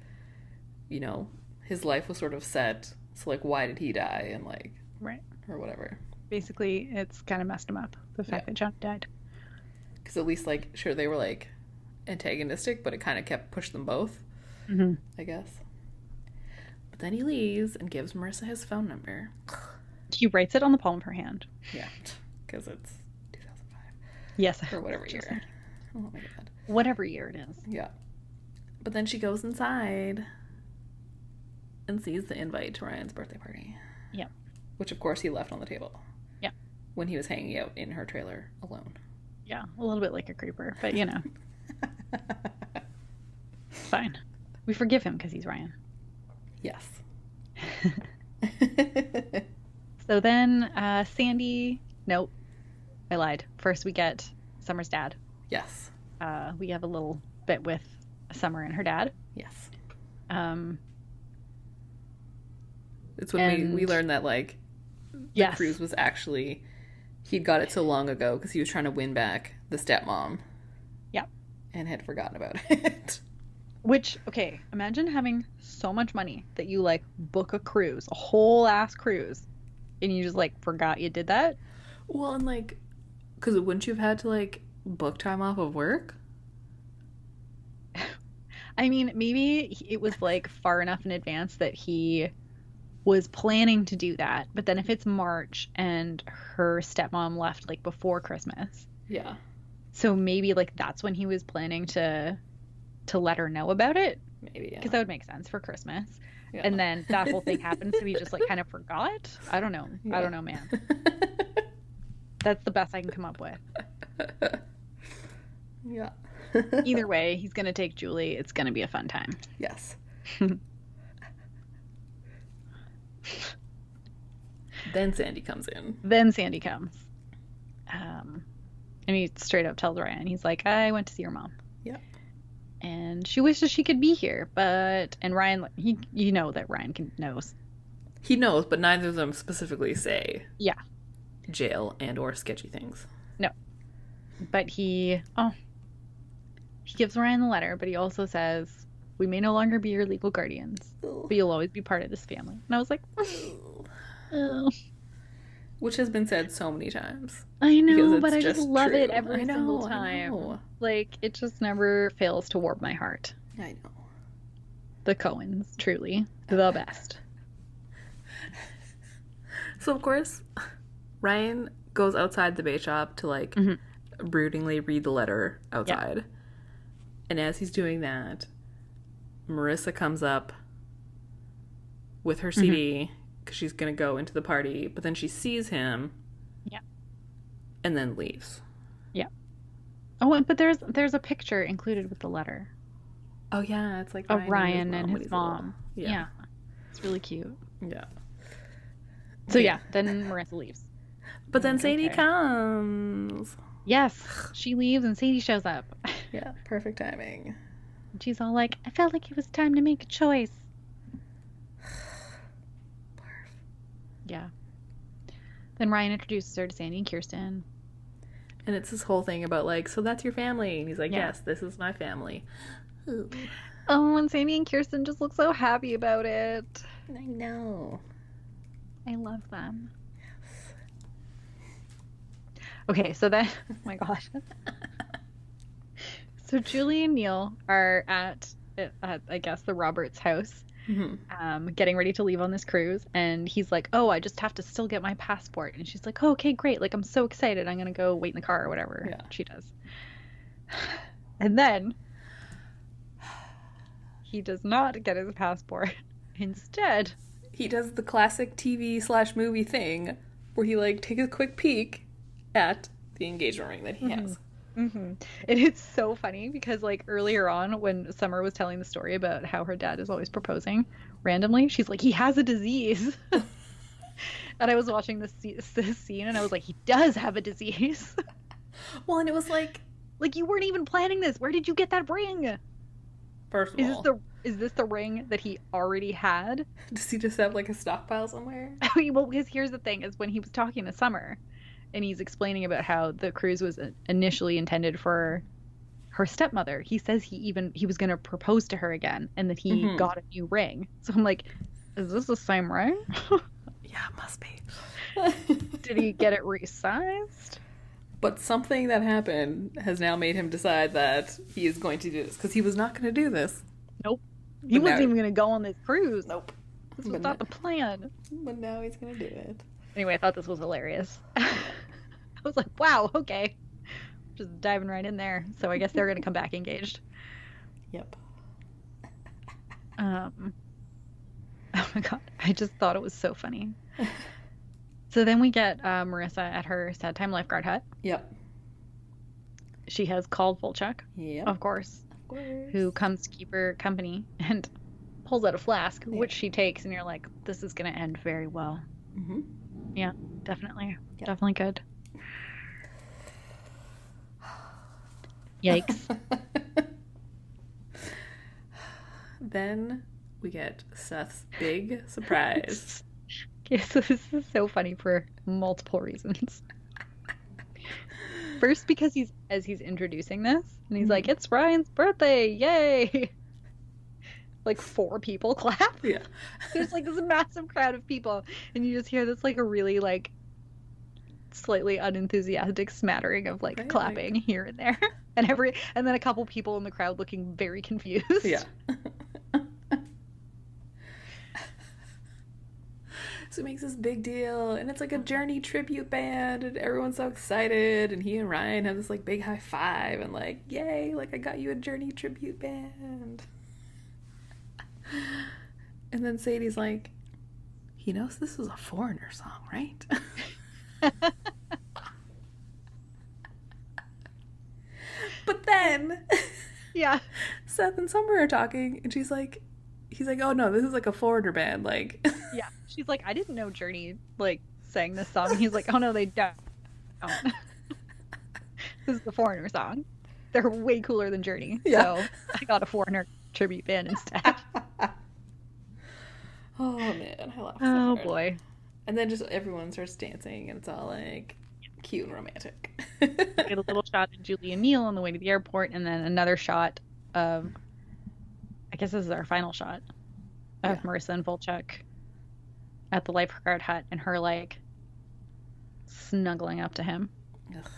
you know his life was sort of set. So like, why did he die? And like
*laughs* right.
or whatever.
Basically, it's kind of messed him up the fact
Yeah.
that John died.
because at least like sure they were like antagonistic but it kind of kept pushed them both
Mhm.
i guess but then he leaves and gives marissa his phone number
He writes it on the palm of her hand.
yeah because it's 2005
Yes,
or whatever
Just
year oh my god
whatever year it is.
yeah but then she goes inside and sees the invite to ryan's birthday party
Yeah.
which of course he left on the table
Yeah.
when he was hanging out in her trailer
*laughs*
alone
Yeah, a little bit like a creeper, but you *laughs* know, it's fine. We forgive him because he's Ryan. *laughs*
yes *laughs*
So then uh, Sandy, nope, I lied. First we get Summer's dad.
yes
Uh, we have a little bit with Summer and her dad.
yes
Um,
It's when we, we
And-
learned that like
yes,
Cruz was actually he'd got it so long ago because he was trying to win back the stepmom.
Yep.
And had forgotten about *laughs* it.
which okay, imagine having so much money that you like book a cruise, a whole ass cruise, and you just like forgot you did that.
well, and like, because wouldn't you have had to like book time off of work?
I mean, maybe he- it was like far enough in advance that he was planning to do that, but then if it's March and her stepmom left like before Christmas.
Yeah.
So maybe like that's when he was planning to to let her know about it
Maybe.
because that would make sense for Christmas.
yeah.
And then that whole thing happened, so he just like kind of forgot. I don't know. I
Yeah.
don't know, man. That's the best I can come up with.
*laughs* yeah. *laughs*
Either way, he's going to take Julie. It's going to be a fun time. *laughs*
yes.
Then Sandy comes in.
Then Sandy comes. Um, and he straight up tells Ryan, he's like, I went to see your mom.
Yep.
And she wishes she could be here, but and Ryan, he you know that Ryan can knows.
He knows, but neither of them specifically say
Yeah.
jail and or sketchy things.
but he oh he gives ryan the letter but he also says we may no longer be your legal guardians but you'll always be part of this family and i was like oh,
Which has been said so many times.
i
Because
know
it's
but i just love it
true.
every
I know,
single
I
time
know.
like it just never fails to warm my heart
I know.
the cohens truly the best
So of course, *laughs* Ryan goes outside the bay shop to like
Mhm.
broodingly read the letter outside. And as he's doing that, Marissa comes up with her
Mm-hmm.
CD because she's gonna go into the party, but then she sees him.
Yeah.
And then leaves.
oh and but there's there's a picture included with the letter
Oh yeah, it's like
of ryan and
when
his
he's little.
mom yeah.
Yeah.
it's really cute
Yeah.
so yeah then marissa leaves
But then
Like,
Sadie
okay.
comes.
yes she leaves and sadie shows up *laughs*
Yeah, perfect timing.
And she's all like, I felt like it was time to make a choice. *sighs* Yeah. Then Ryan introduces her to Sandy and Kirsten.
And it's this whole thing about like, so that's your family, and he's like,
Yeah.
yes, this is my family. Ooh,
Oh, and Sandy and Kirsten just look so happy about it.
I know.
I love them. Okay, so then, *laughs* oh my gosh. so Julie and Neil are at, at, I guess, the Roberts house.
Mhm.
um, getting ready to leave on this cruise, and he's like, "Oh, I just have to still get my passport." And she's like, oh, "Okay, great. Like, I'm so excited. I'm gonna go wait in the car or whatever."
Yeah.
She does. *sighs* And then *sighs* he does not get his passport. *laughs* Instead,
He does the classic TV slash movie thing where he like takes a quick peek at the engagement ring that he has.
*laughs* and it's so funny because like earlier on when Summer was telling the story about how her dad is always proposing randomly, she's like, "He has a disease." *laughs* And I was watching this, sce- *laughs* this scene, and I was like, "He does have a disease." *laughs*
Well, and it was like,
Like you weren't even planning this. Where did you get that ring?
first of
Is this
all,
the is this the ring that he already had?
does he just have like a stockpile somewhere?
*laughs* I mean, well, because here's the thing: is when he was talking to Summer, and he's explaining about how the cruise was initially intended for her stepmother. He says he even he was going to propose to her again, and that he
Mhm.
got a new ring. So I'm like, is this the same ring? *laughs*
Yeah, it *laughs* must be.
Did he get it resized?
but something that happened has now made him decide that he is going to do this because he was not going to do this.
He
No.
wasn't even going to go on this cruise.
Nope.
This was
But
not
no-
the plan.
but now he's going to do it.
Anyway, I thought this was hilarious. *laughs* I was like, wow, okay. Just diving right in there. So I guess they're going to come back engaged.
Yep.
Um, *laughs* oh my God. I just thought it was so funny. So then we get uh, Marissa at her sad time lifeguard hut.
Yep.
She has called Volchuk,
Yep.
of course,
course.
who comes to keep her company and pulls out a flask,
Yeah.
which she takes, and you're like, this is going to end very well.
hmm
Definitely.
Yeah.
Definitely good. Yikes.
*laughs* then we get Seth's big
*laughs*
surprise.
Okay, so this is so funny for
*laughs*
multiple reasons. First, because he's as he's introducing this, and he's
Mm-hmm.
like, "It's Ryan's birthday! Yay!" *laughs* Like four people *laughs* clap.
yeah.
There's like this massive crowd of people, and you just hear this like a really like slightly unenthusiastic smattering of
Right,
like
like-
clapping here and there, *laughs* and every and then a couple people in the crowd looking very confused.
Yeah. *laughs* so he makes this big deal, and it's like a Journey tribute band, and everyone's so excited. And he and Ryan have this like big high five, and like, yay! Like I got you a Journey tribute band. *laughs* And then Sadie's like, he knows this is a foreigner song, right? *laughs* but then
*laughs* Yeah.
Seth and Summer are talking, and she's like, he's like, oh no, this is like a foreigner band.
*laughs*
Like,
Yeah. She's like, I didn't know Journey like sang this song. And he's like, Oh no, they don't. *laughs* this is the foreigner song. They're way cooler than Journey.
Yeah.
So I got a foreigner tribute band instead.
oh man, I laughed. so
*laughs* oh
hard.
boy.
And then just everyone starts dancing, and it's all like cute and romantic. *laughs*
Get a little shot of Julie and Neil on the way to the airport, and then another shot of I guess this is our final shot of
Yeah.
Marissa and Volchuk at the lifeguard hut and her like snuggling up to him.
Ugh.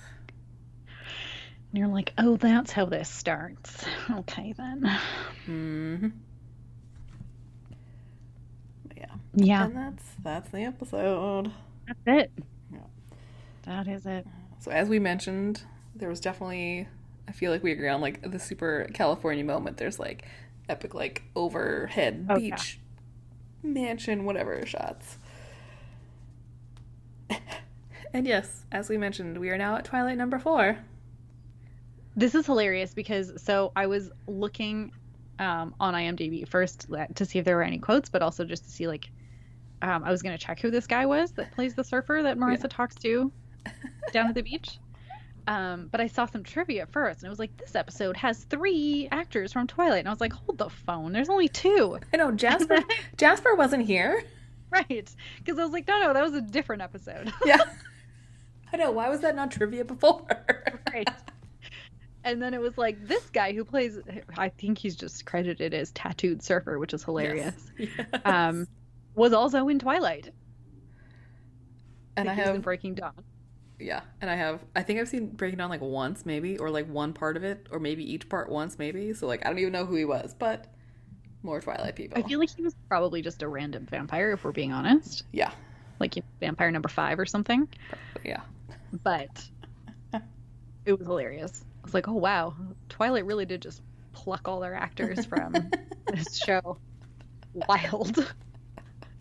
And you're like, oh, that's how this starts. *laughs* Okay, then.
hmm Yeah.
Yeah,
And that's that's the episode.
that's it.
Yeah.
That is it.
So as we mentioned, there was definitely I feel like we agree on like the super California moment. There's like epic like overhead
Oh, yeah.
beach mansion whatever shots. *laughs* and yes, as we mentioned, we are now at twilight number 4.
This is hilarious because so I was looking um, on IMDb first uh, to see if there were any quotes, but also just to see like um, I was gonna check who this guy was that plays the surfer that Marissa talks to down at the beach. Um, but I saw some trivia first, and it was like this episode has three actors from Twilight, and I was like, hold the phone, there's only two. *laughs*
I know Jasper Jasper wasn't here.
Right. Because I was like, no, no, that was a different episode. *laughs*
Yeah. *laughs* I know why was that not trivia before?
right. And then it was like this guy who plays, I think he's just credited as Tattooed Surfer, which is hilarious,
*laughs*
*laughs*
Yes.
um, was also in Twilight.
and I
Like, he was in
have
Breaking Dawn.
Yeah, and I have. I think I've seen Breaking Down like once, maybe, or like one part of it, or maybe each part once, maybe. So like, I don't even know who he was, but more Twilight people.
I feel like he was probably just a random vampire, if we're being honest.
yeah,
Like you know, vampire number five or something.
yeah, *laughs*
But it was hilarious. I was like, oh, wow. Twilight really did just pluck all their actors from
*laughs*
this show. Wild.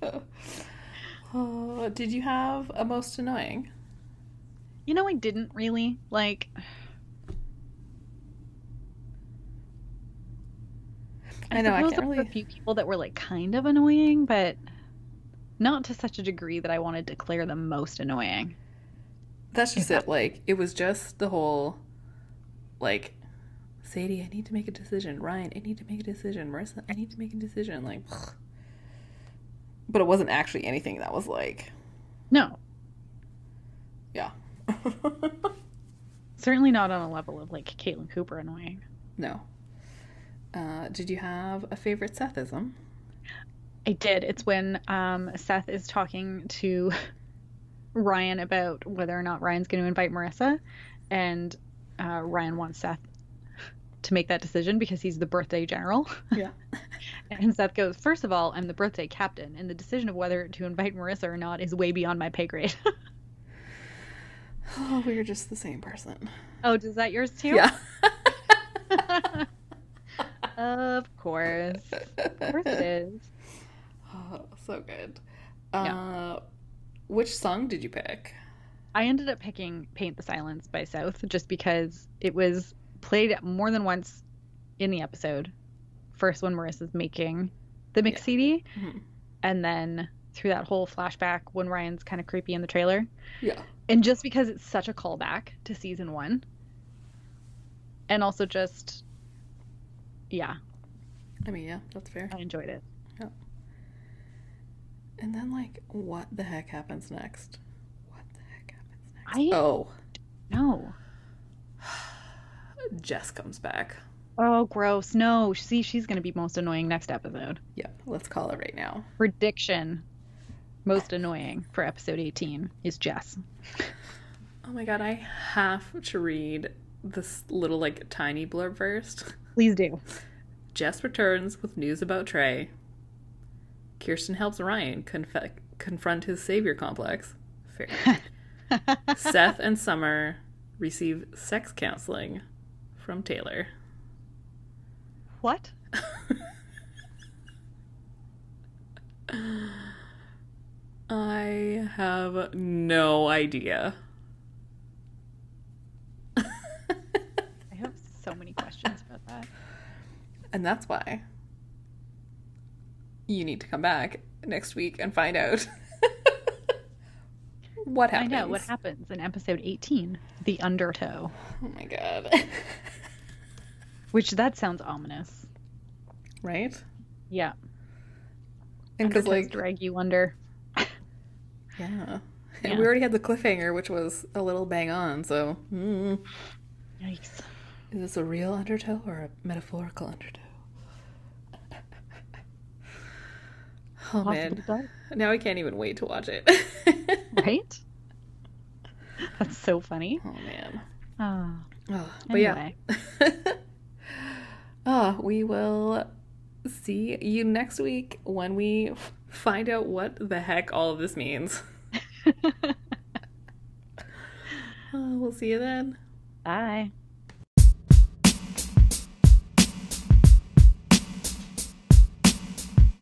Uh, did you have a most annoying?
You know, I didn't really like.
I know, I
suppose
can't
there were *laughs*
really-
a few people that were like kind of annoying, but not to such a degree that I wanted to declare them most annoying.
That's just it. Like, it was just the whole, like, Sadie, I need to make a decision. Ryan, I need to make a decision. Marissa, I need to make a decision. Like, *sighs* but it wasn't actually anything that was like,
No,
yeah.
certainly not on a level of like Caitlin Cooper annoying.
No. Uh, did you have a favorite Sethism?
I did. It's when um, Seth is talking to *laughs* Ryan about whether or not Ryan's going to invite Marissa, and uh, Ryan wants Seth to make that decision because he's the
*laughs*
birthday general.
Yeah.
And Seth goes, First of all, I'm the birthday captain, and the decision of whether to invite Marissa or not is way beyond my pay grade. *laughs*
Oh, we were just the same person.
oh, does that yours too?
Yeah.
of course. Of course it is.
*laughs* Oh, so good. Uh,
Yeah.
Which song did you pick?
I ended up picking Paint the Silence by South just because it was played more than once in the episode. First when Marissa's making the mix
Yeah.
CD,
Mhm.
and then through that whole flashback when Ryan's kind of creepy in the trailer.
Yeah.
And just because it's such a callback to season one. And also just, yeah,
I mean, yeah, that's fair.
I enjoyed it.
And then, like, what the heck happens next? What the heck happens next?
I
Oh,
know.
Jess comes back.
Oh, gross. No. See, she's going to be most annoying next episode.
Yep, let's call it right now.
prediction most annoying for episode 18 is Jess.
Oh my god, I have to read this little, like, tiny blurb first.
Please do.
Jess returns with news about Trey. Kirsten helps Ryan conf- confront his savior complex. Fair. Seth and Summer receive sex counseling from Taylor.
What?
I have no idea.
I have so many questions about that.
And that's why you need to come back next week and find out *laughs* what
I
happens.
know what happens in episode 18, The Undertow,
Oh my god.
which that sounds ominous.
right?
Yeah.
And because
Undertows
like
drag you under.
yeah.
Yeah.
And we already had the cliffhanger, which was a little bang on. So, mm,
Yikes.
is this a real undertow or a metaphorical undertow? *laughs* oh man!
Possible
Now I can't even wait to watch it.
to die, right? *laughs* That's so funny.
*laughs* oh man!
Oh,
Oh, but yeah,
anyway,
*laughs* Ah, we will see you next week when we f- find out what the heck all of this *laughs* means. Uh, we'll see you then.
bye.